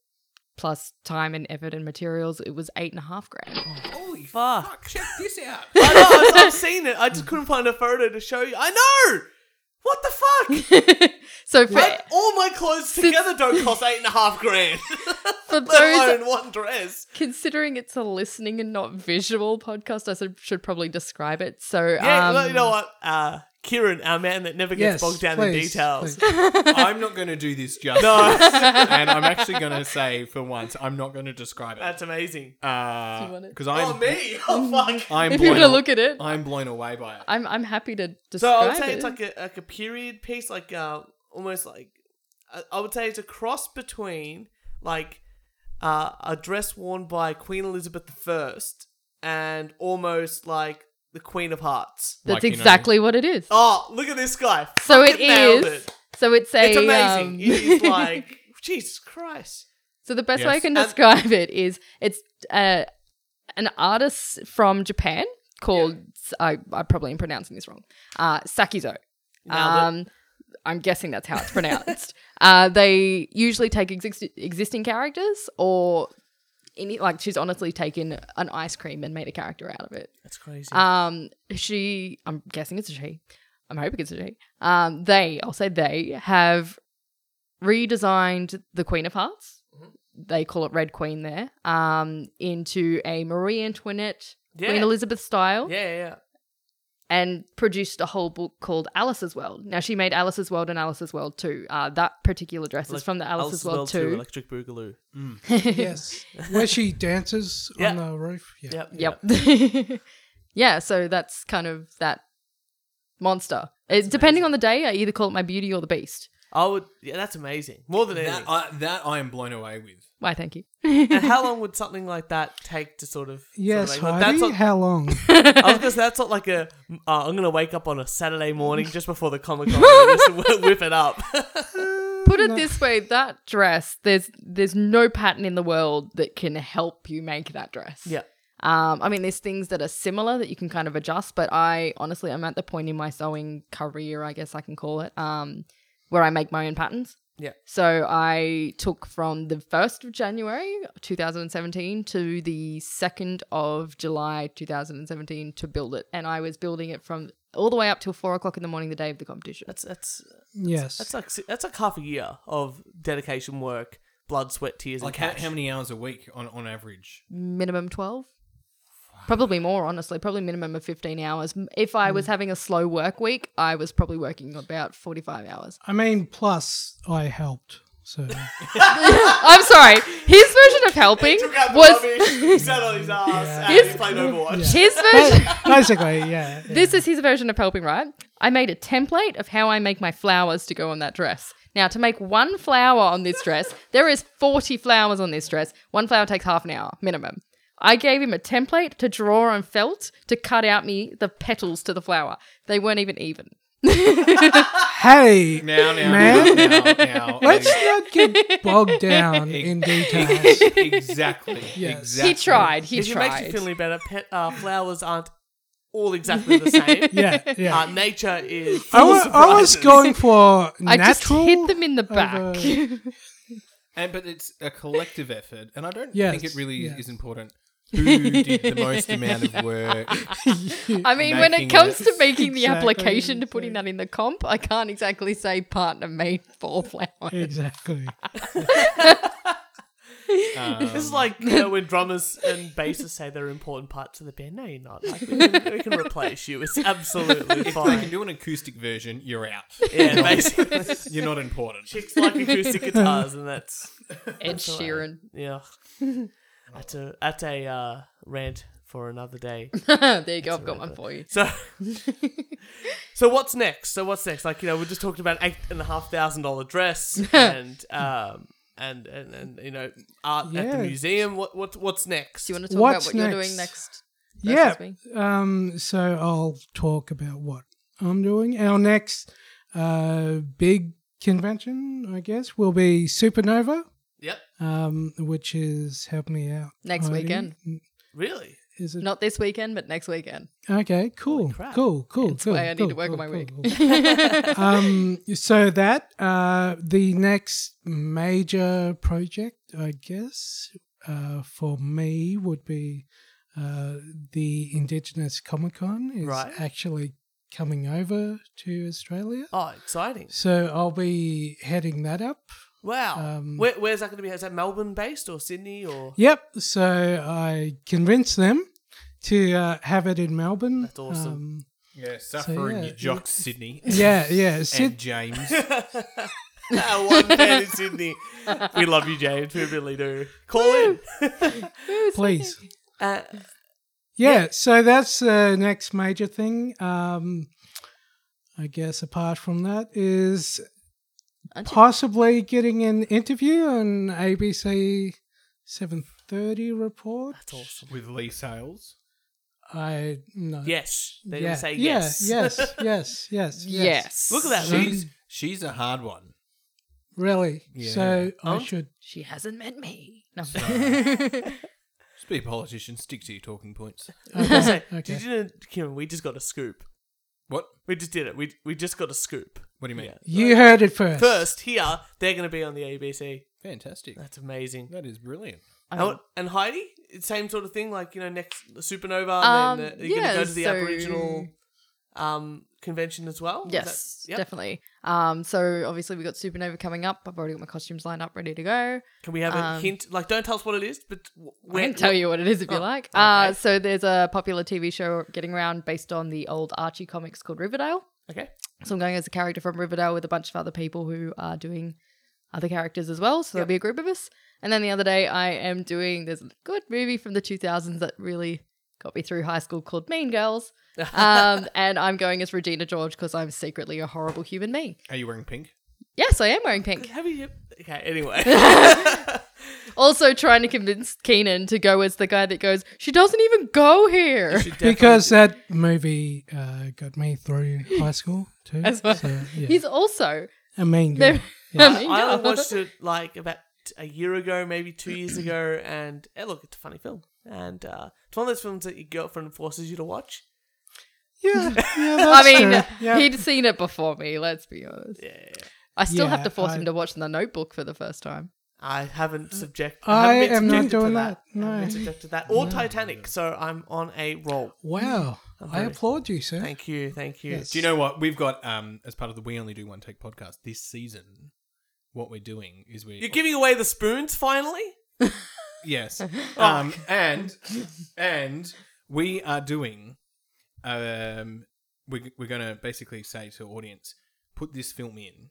plus time and effort and materials, it was eight and a half grand. Holy Fuck. Check this [laughs] out. [laughs] I know. I've, I've seen it. I just couldn't find a photo to show you. I know. What the fuck? so for, But all my clothes together don't cost eight and a half grand, [laughs] for let those alone one dress. considering it's a listening and not visual podcast, I should- should probably describe it. So Yeah, um, well, you know what? Uh, Kieran, our man that never gets Yes, bogged down in please, details. please. I'm not going to do this justice. [laughs] and I'm actually going to say, for once, I'm not going to describe it. That's amazing. Do you want it? Because Oh, I'm, me? [laughs] Oh, fuck. I'm, if you blown, want to look at it, I'm blown away by it. I'm I'm happy to So I would describe say it. it's like a, like a period piece, like uh, almost like, uh, I, I would say it's a cross between like uh, a dress worn by Queen Elizabeth I and almost like the Queen of Hearts. That's Like, you know- exactly what it is. Oh, look at this guy. so Fucking it nailed is. it. So it's a. It's amazing. um, It is [laughs] like, Jesus Christ. so the best way I Yes. can And- describe it is it's uh, an artist from Japan called I I probably am pronouncing this wrong. Uh, Sakizo. Nailed Um, I'm guessing that's how it's [laughs] pronounced. uh, they usually take exist- existing characters or any like she's honestly taken an ice cream and made a character out of it. That's crazy. Um, she, I'm guessing it's a she. I'm hoping it's a she. Um, they, I'll say they have redesigned the Queen of Hearts. Mm-hmm. They call it Red Queen there. Um, into a Marie Antoinette, yeah. Queen Elizabeth style, yeah, yeah, yeah. and produced a whole book called Alice's World. Now she made Alice's World and Alice's World Two. Uh, that particular dress Like is from the Alice's Alice's, World World, Two, Two. Electric Boogaloo. yes, where [laughs] she dances Yeah. on the roof. Yeah. Yep. Yep. [laughs] yeah, so that's kind of that monster. It, depending on the day, I either call it my beauty or the beast. I would. Yeah, that's amazing. More than anything. That I, that I am blown away with. Why, thank you. and [laughs] how long would something like that take to sort of? sort of Yes, make- Heidi. That's not, [laughs] How long? I was gonna say that's not like a. Uh, I'm gonna wake up on a Saturday morning just before the Comic Con and just [laughs] wh- whip it up. Put it this way, that dress, there's there's no pattern in the world that can help you make that dress. yeah. Um, I mean, there's things that are similar that you can kind of adjust, but I honestly, I'm at the point in my sewing career, I guess I can call it, um, where I make my own patterns. Yeah. So I took from the 1st of January 2017 to the 2nd of July 2017 to build it. And I was building it from all the way up till four o'clock in the morning the day of the competition. That's that's yes. that's like si- that's like half a year of dedication, work, blood, sweat, tears, Like, and how, cash. how many hours a week on, on average? minimum 12 probably more honestly probably minimum of 15 hours M- if i was having a slow work week i was probably working about 45 hours I mean, plus I helped. So i'm sorry his version of helping [laughs] was he sat on his ass and and he played Overwatch. his version basically, yeah. yeah. this is his version of helping right i made a template of how i make my flowers to go on that dress now to make one flower on this dress there is 40 flowers on this dress one flower takes half an hour minimum I gave him a template to draw on felt to cut out me the petals to the flower. They weren't even even. Hey, Now, now, Man. now, [laughs] now, now. let's not get [laughs] bogged down in details. [laughs] exactly. Yes. Exactly. He tried. He If it tried. makes you feel any better, pet, uh, flowers aren't all exactly [laughs] the same. Yeah, yeah. Uh, nature is. Full I, of wa- I was surprises. [laughs] going for I just natural. hit them in the back. And but it's a collective effort, and I don't Yes, think it really yes. is important who did the most amount of work. [laughs] I mean, when Making it comes it. to making the Exactly, application to putting that in the comp, I can't exactly say partner made for [laughs] flower. exactly. Um, This is like you know, when drummers [laughs] and bassists say they're important parts of the band. No, you're not. Like, we, can, we can replace you. It's absolutely if they can fine. do an acoustic version, you're out. [laughs] Yeah, basically, You're not important. chicks like acoustic guitars, and that's Ed Sheeran. [laughs] yeah. That's a that's a uh, rant for another [laughs] day. [laughs] there you go. I've got one for you. So, so what's next? So what's next? Like you know, we just talked about eight and a half thousand dollar dress [laughs] and um and, and and you know art at the Yeah. museum. What what what's next? Do you want to talk What's about what you're next? doing next? Yeah. versus me? Um, so I'll talk about what I'm doing. Our next uh, big convention, I guess, will be Supernova, yep. um, which is help me out. Next Heidi. weekend. Really? Is it Not this weekend, but next weekend. Okay, cool, crap. cool, cool, It's cool. why I need cool, to work on cool, my cool, week. cool. um, so that uh, the next major project, I guess, uh, for me would be uh, the Indigenous Comic Con is Right. actually coming over to Australia. Oh, exciting! So I'll be heading that up. Wow. Um, Where, where's that going to be? Is that Melbourne based or Sydney or? Yep. So I convinced them to uh, have it in Melbourne. That's awesome. [laughs] Um, Yeah, suffering yeah. your jocks, Sydney. [laughs] yeah, yeah. And Sid, James. [laughs] Our one fan in Sydney. We love you, James. We really do. Call in. please. Uh, yeah, so that's the next major thing. Um, I guess apart from that is Aren't you- possibly getting an interview on ABC seven thirty report. that's awesome. With Lee Sales. I no. [laughs] Yes. They yeah. will say yeah, yes. yes, yes, yes, yes. Yes. [laughs] Look at that. Um, She's she's a hard one. Really. Yeah. So Oh. I should. She hasn't met me. No. [laughs] Just be a politician, stick to your talking points. Also, Okay. Did you know, Kim, we just got a scoop. What? We just did it. We, we just got a scoop. What do you mean? Yeah. You heard it first. First, here, they're going to be on the ABC. Fantastic. That's amazing. That is brilliant. I How, mean, and Heidi, same sort of thing, like you know, next supernova, and Um, then uh, you're going yeah, to go to the so- Aboriginal um, convention as well. Is yes, that- yep. definitely. Um, so obviously we have got Supernova coming up. I've already got my costumes lined up, ready to go. Can we have a Um, hint? Like, don't tell us what it is, but w- I where, can tell you what it is if you Oh, like. okay. Uh, so there's a popular TV show getting around based on the old Archie comics called Riverdale. Okay. So I'm going as a character from Riverdale with a bunch of other people who are doing other characters as well. So there'll Yep. be a group of us. And then the other day, I am doing there's a good movie from the 2000s that really got me through high school called [laughs] Mean Girls. Um, and I'm going as Regina George because I'm secretly a horrible human being. Are you wearing pink? Yes, I am wearing [laughs] pink. Have you? Okay. [laughs] Anyway, Also, trying to convince Keenan to go as the guy that goes, she doesn't even go here. She definitely- because that movie uh, got me through high school too. As well. So, yeah. He's also a mean They're- girl. I mean, I no. watched it like about a year ago, maybe two years ago, and eh, look, it's a funny film, and uh, it's one of those films that your girlfriend forces you to watch. Yeah, yeah, [laughs] I that's mean, true. Yeah. he'd seen it before me. Let's be honest. Yeah, yeah, yeah. I still have Yeah, to force I- him to watch The Notebook for the first time. I haven't subjected. I haven't been am not subjected to doing that, I haven't been no. subjected to that or Titanic. So I'm on a roll. wow, I very- applaud you, sir. Thank you, thank you. Yes. Do you know what we've got? Um, as part of the We Only Do One Take podcast this season, what we're doing is we You're giving away the spoons finally. [laughs] yes, um, and and we are doing, um, we we're gonna basically say to audience, put this film in,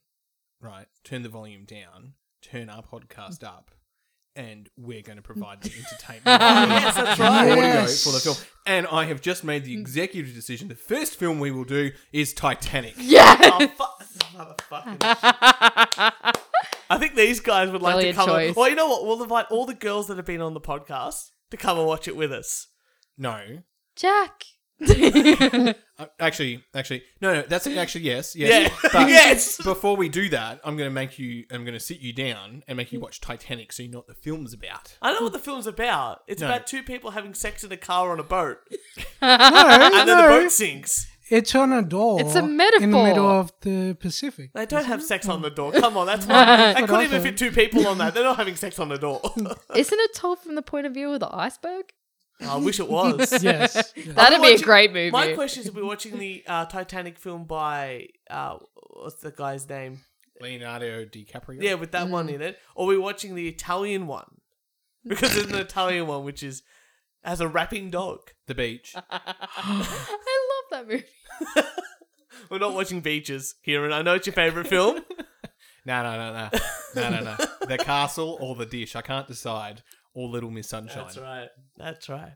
right? Turn the volume down, turn our podcast up, and we're gonna provide the [laughs] entertainment. yes, that's and right. audio Yes. for the film. And I have just made the executive decision. The first film we will do is Titanic. Yeah. [laughs] Oh, fuck. Motherfucking- I think these guys would like Brilliant to come. choice. Well, you know what? We'll invite all the girls that have been on the podcast to come and watch it with us. No. Jack. Uh, Actually, actually, no, no. That's actually yes, yes. Yeah. [laughs] But Yes. Before we do that, I'm going to make you. I'm going to sit you down and make you watch Titanic, so you know what the film's about. I know what the film's about. It's No. about two people having sex in a car or on a [laughs] boat, No, [laughs] and then the no, boat sinks. it's on a door. It's a in the metaphor. middle of the [laughs] Pacific. They don't have sex on the door. Come on, that's one. They what couldn't I even thought. fit two people on that. They're not having sex on the [laughs] door. [laughs] Oh, Isn't it told from the point of view of the iceberg? I wish it was. Yes, yeah. Are we [laughs] That'd be watching- a great movie. My question is: Are we watching the uh, Titanic film by uh, what's the guy's name? Leonardo DiCaprio. Yeah, with that one in it, or we're watching the Italian one because [laughs] there's an Italian one which is has a rapping dog. The beach. [laughs] I love that movie. We're not watching Beaches, Kieran. I know it's your favorite film. No, no, no, no, no, no, no. The castle or the dish. I can't decide. Or Little Miss Sunshine. [laughs] That's right. That's right.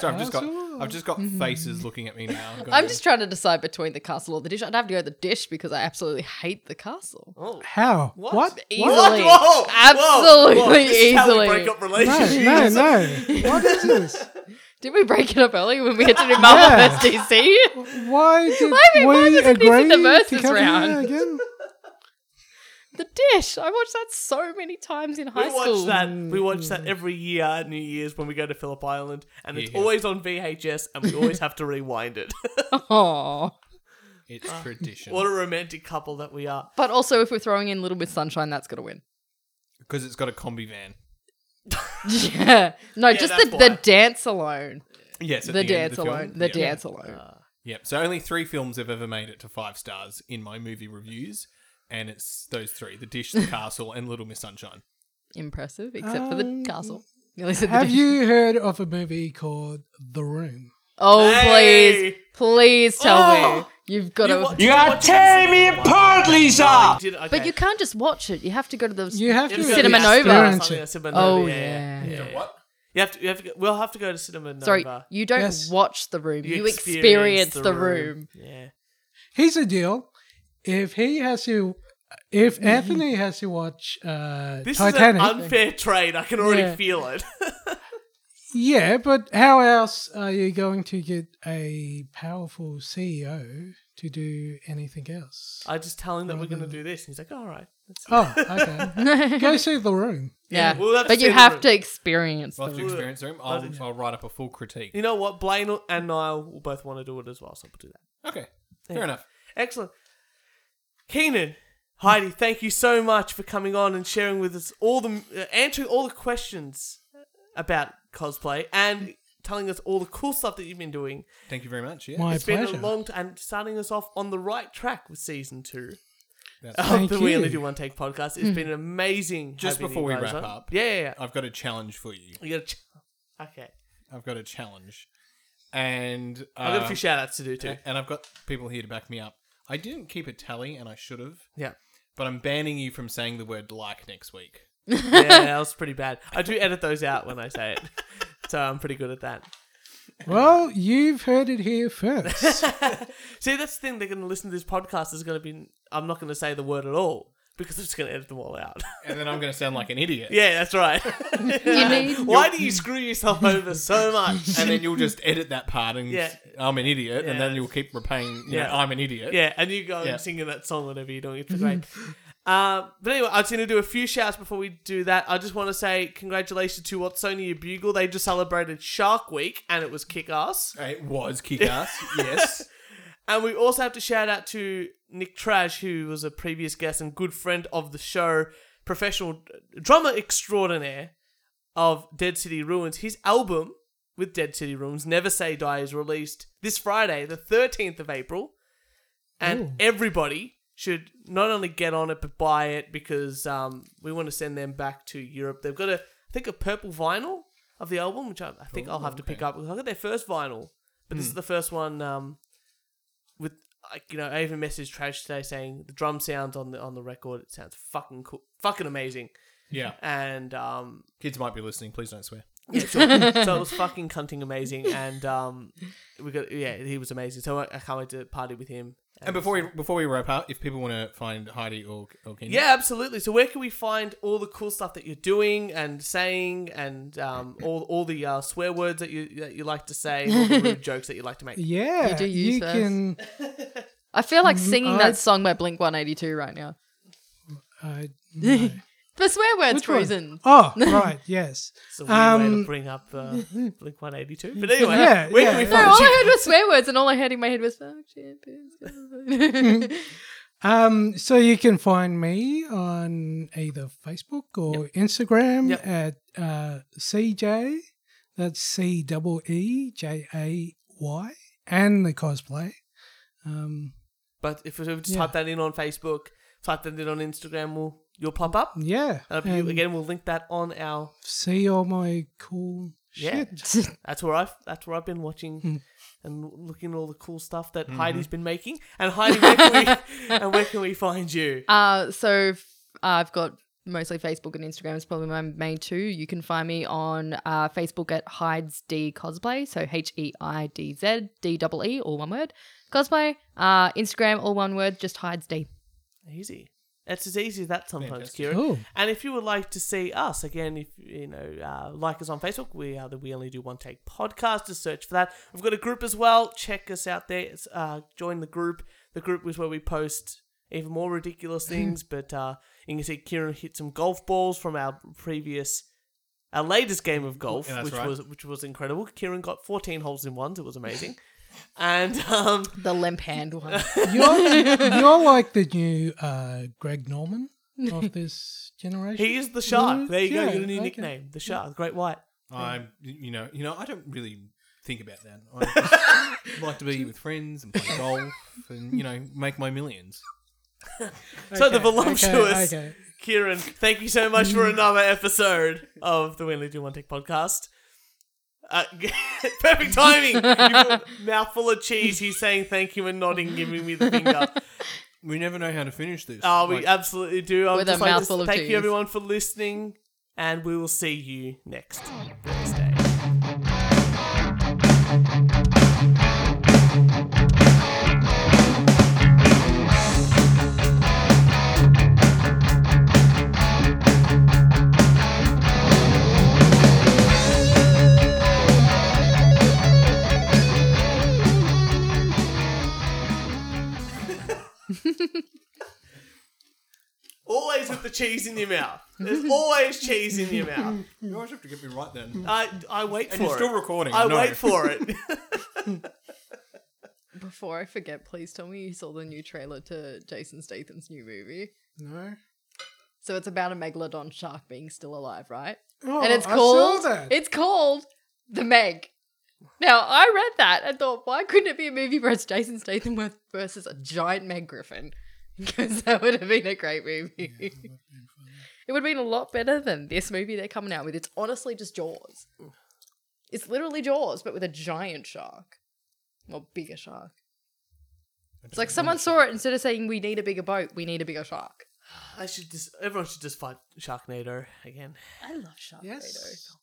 So I've just got. Castle. I've just got faces looking at me now. going, I'm just trying to decide between the castle or the dish. I'd have to go the dish because I absolutely hate the castle. Oh. How? What? What? [laughs] Easily. [laughs] Whoa, whoa, Absolutely whoa. This is how we easily. break up No, relationships. [laughs] no, no. What is this? Did we break it up early when we had to do Marvel Yeah. vs. DC? Why [laughs] did Why am I we wasn't agree using the to verses come [laughs] here round? again? The Dish. I watched that so many times in high We school. watch that. We Mm. watch that every year at New Year's when we go to Phillip Island, and it's Yeah. always on VHS, and we always have to rewind it. [laughs] Aw. It's [laughs] tradition. what a romantic couple that we are! But also, if we're throwing in Little Miss Sunshine, that's gonna win. Because it's got a combi van. Yeah. [laughs] No, just that's the, why. the dance alone. Yes, The, at the, end dance of the film. alone. The yeah. dance alone. Yep. So only three films have ever made it to five stars in my movie reviews, and it's those three: The [laughs] Dish, The Castle, and Little Miss Sunshine. Impressive, except for the Um, castle. You only said the Have dish. you heard of a movie called The Room? Oh, Hey! please. Please tell Oh! me. You've got to. you are tearing me apart, Lisa. [laughs] but you can't just watch it. You have to go to the. You have to Cinema experience Nova. it. oh, yeah. yeah. yeah. What? You have to. You have to. Go, we'll have to go to Cinema Nova. Sorry, you don't Yes. watch the room. You, experience, the, room. Yeah. Here's the deal: if he has to, if Mm-hmm. Anthony has to watch uh, This Titanic, is an unfair trade. I can already Yeah. feel it. yeah, but how else are you going to get a powerful CEO to do anything else? [laughs] I just tell him that we're going to do this, and he's like, "All right." That's oh, [laughs] okay. Go see The Room. Yeah, We'll have to but see you the have room. to experience Well, the to room. experience room, I'll, I'll write up a full critique. You know what? Blaine and Niall will both want to do it as well, so we'll do that. Okay, fair enough. Excellent. Keenan, Heidi, thank you so much for coming on and sharing with us all the uh, answering all the questions about cosplay and telling us all the cool stuff that you've been doing. Thank you very much. Yeah. My It's been pleasure. a long time and starting us off on the right track with season two That's of Thank the We you. Only Do One Take podcast. It's been amazing. Just having you before we guys wrap on. up. yeah, yeah, yeah. I've got a challenge for you. We gotta ch- okay. I've got a challenge, and uh, I've got a few shout outs to do too. a- and I've got people here to back me up. I didn't keep a tally, and I should have. Yeah. But I'm banning you from saying the word like next week. Yeah, that was pretty bad. I do edit those out when I say it. [laughs] So I'm pretty good at that. Well, you've heard it [laughs] here first. See, that's the thing. They're going to listen to this podcast. Is going to be. I'm not going to say the word at all because I'm just going to edit them all out. [laughs] And then I'm going to sound like an idiot. yeah, that's right. [laughs] You need Why do you screw yourself over so much? And then you'll just edit that part and Yeah. I'm an idiot, and then Yeah. you'll keep repaying, you Yeah. know, I'm an idiot. Yeah, and you go Yeah. and singing that song, whatever you're doing. It's great. Um, but anyway, I was going to do a few shouts before we do that. I just want to say congratulations to Watsonia Bugle. They just celebrated Shark Week, and it was kick ass. It was kick ass. [laughs] yes. And we also have to shout out to Nick Trash, who was a previous guest and good friend of the show, professional drummer extraordinaire of Dead City Ruins. His album with Dead City Ruins, Never Say Die, is released this Friday, the 13th of April. And everybody should not only get on it, but buy it because um, we want to send them back to Europe. They've got, a, I think, a purple vinyl of the album, which I, I think I'll Ooh, have to pick okay. up. I got their first vinyl, but this is the first one. Um, with like you know, I even messaged Trash today saying the drum sounds on the on the record. It sounds fucking cool, fucking amazing. Yeah. And um, Kids might be listening. Please don't swear. [laughs] yeah, sure. so it was fucking cunting amazing. And um, we got yeah, he was amazing. So I, I can't wait to party with him. And before we before we wrap up, if people want to find Heidi or, or Kendra, yeah, absolutely. So where can we find all the cool stuff that you're doing and saying and um, all all the uh, swear words that you that you like to say, and all the [laughs] rude jokes that you like to make? yeah, You do use those. can. I feel like singing I- that song by Blink 182 right now. [laughs] I no. For swear uh, words Which one? reason. Oh, right, yes. It's a weird way to Um, bring up [laughs] uh, Blink 182. But anyway, Yeah, where yeah. can we No, No, find all you? I heard was swear words, and all I heard in my head was fuck champions. Um, so you can find me on either Facebook or Instagram Yep. at uh, CJ. That's C double E J A Y and the cosplay. Um, But if we just Yeah. type that in on Facebook, type that in on Instagram, we'll, you'll pop up. yeah, Uh, you- and again, we'll link that on our. see all my cool Yeah. shit. [laughs] That's where I've that's where I've been watching and looking at all the cool stuff that Heidi's been making. And Heidi, where can we, and where can we find you? Uh, so f- I've got mostly Facebook and Instagram is probably my main two. You can find me on uh, Facebook at Hides D Cosplay, so H E I D Z D double E, all one word, cosplay. Uh, Instagram, all one word, just Hides D. Easy. That's as easy as that sometimes, Fantastic. Kieran. Cool. And if you would like to see us again, if you know, uh, like us on Facebook, we are the We Only Do One Take podcast. Just search for that. We've got a group as well. Check us out there. It's, uh, join the group. The group is where we post even more ridiculous things. but uh, you can see Kieran hit some golf balls from our previous, our latest game of golf, Yeah, that's which right. was which was incredible. Kieran got fourteen holes in ones. It was amazing. and um, The limp hand [laughs] one. You're, you're like the new uh, Greg Norman [laughs] of this generation. he is the shark. Mm, There you go. yeah, You got a new okay. nickname, the shark, the great white. I'm you know you know I don't really think about that. [laughs] I just like to be with friends and play golf and you know make my millions. So the Okay, okay, voluptuous. okay. Kieran, thank you so much for another episode of the We Only Do One Tech podcast. Uh, [laughs] perfect timing. [laughs] You mouthful of cheese. He's saying thank you and nodding, giving me the finger. We never know how to finish this. Oh, we Like, absolutely do. I'm With just a like to mouthful of thank cheese. you everyone for listening, and we will see you next Thursday. Always with the cheese in your mouth. [laughs] There's always cheese in your mouth. you always have to get me right then. I I wait Mm. for And you're it. still recording. I know. wait for [laughs] it. Before I forget, please tell me you saw the new trailer to Jason Statham's new movie. No. So it's about a megalodon shark being still alive, right? Oh, and it's I saw called that. it's called The Meg. Now I read that and thought, why couldn't it be a movie where it's Jason Statham with- versus a giant Meg Griffin? [laughs] Because that would have been a great movie. it would have been a lot better than this movie they're coming out with. It's honestly just Jaws. It's literally Jaws, but with a giant shark. Well, bigger shark. It's like someone saw it instead of saying we need a bigger boat, we need a bigger shark. I should just everyone should just fight Sharknado again. I love Sharknado. Yes.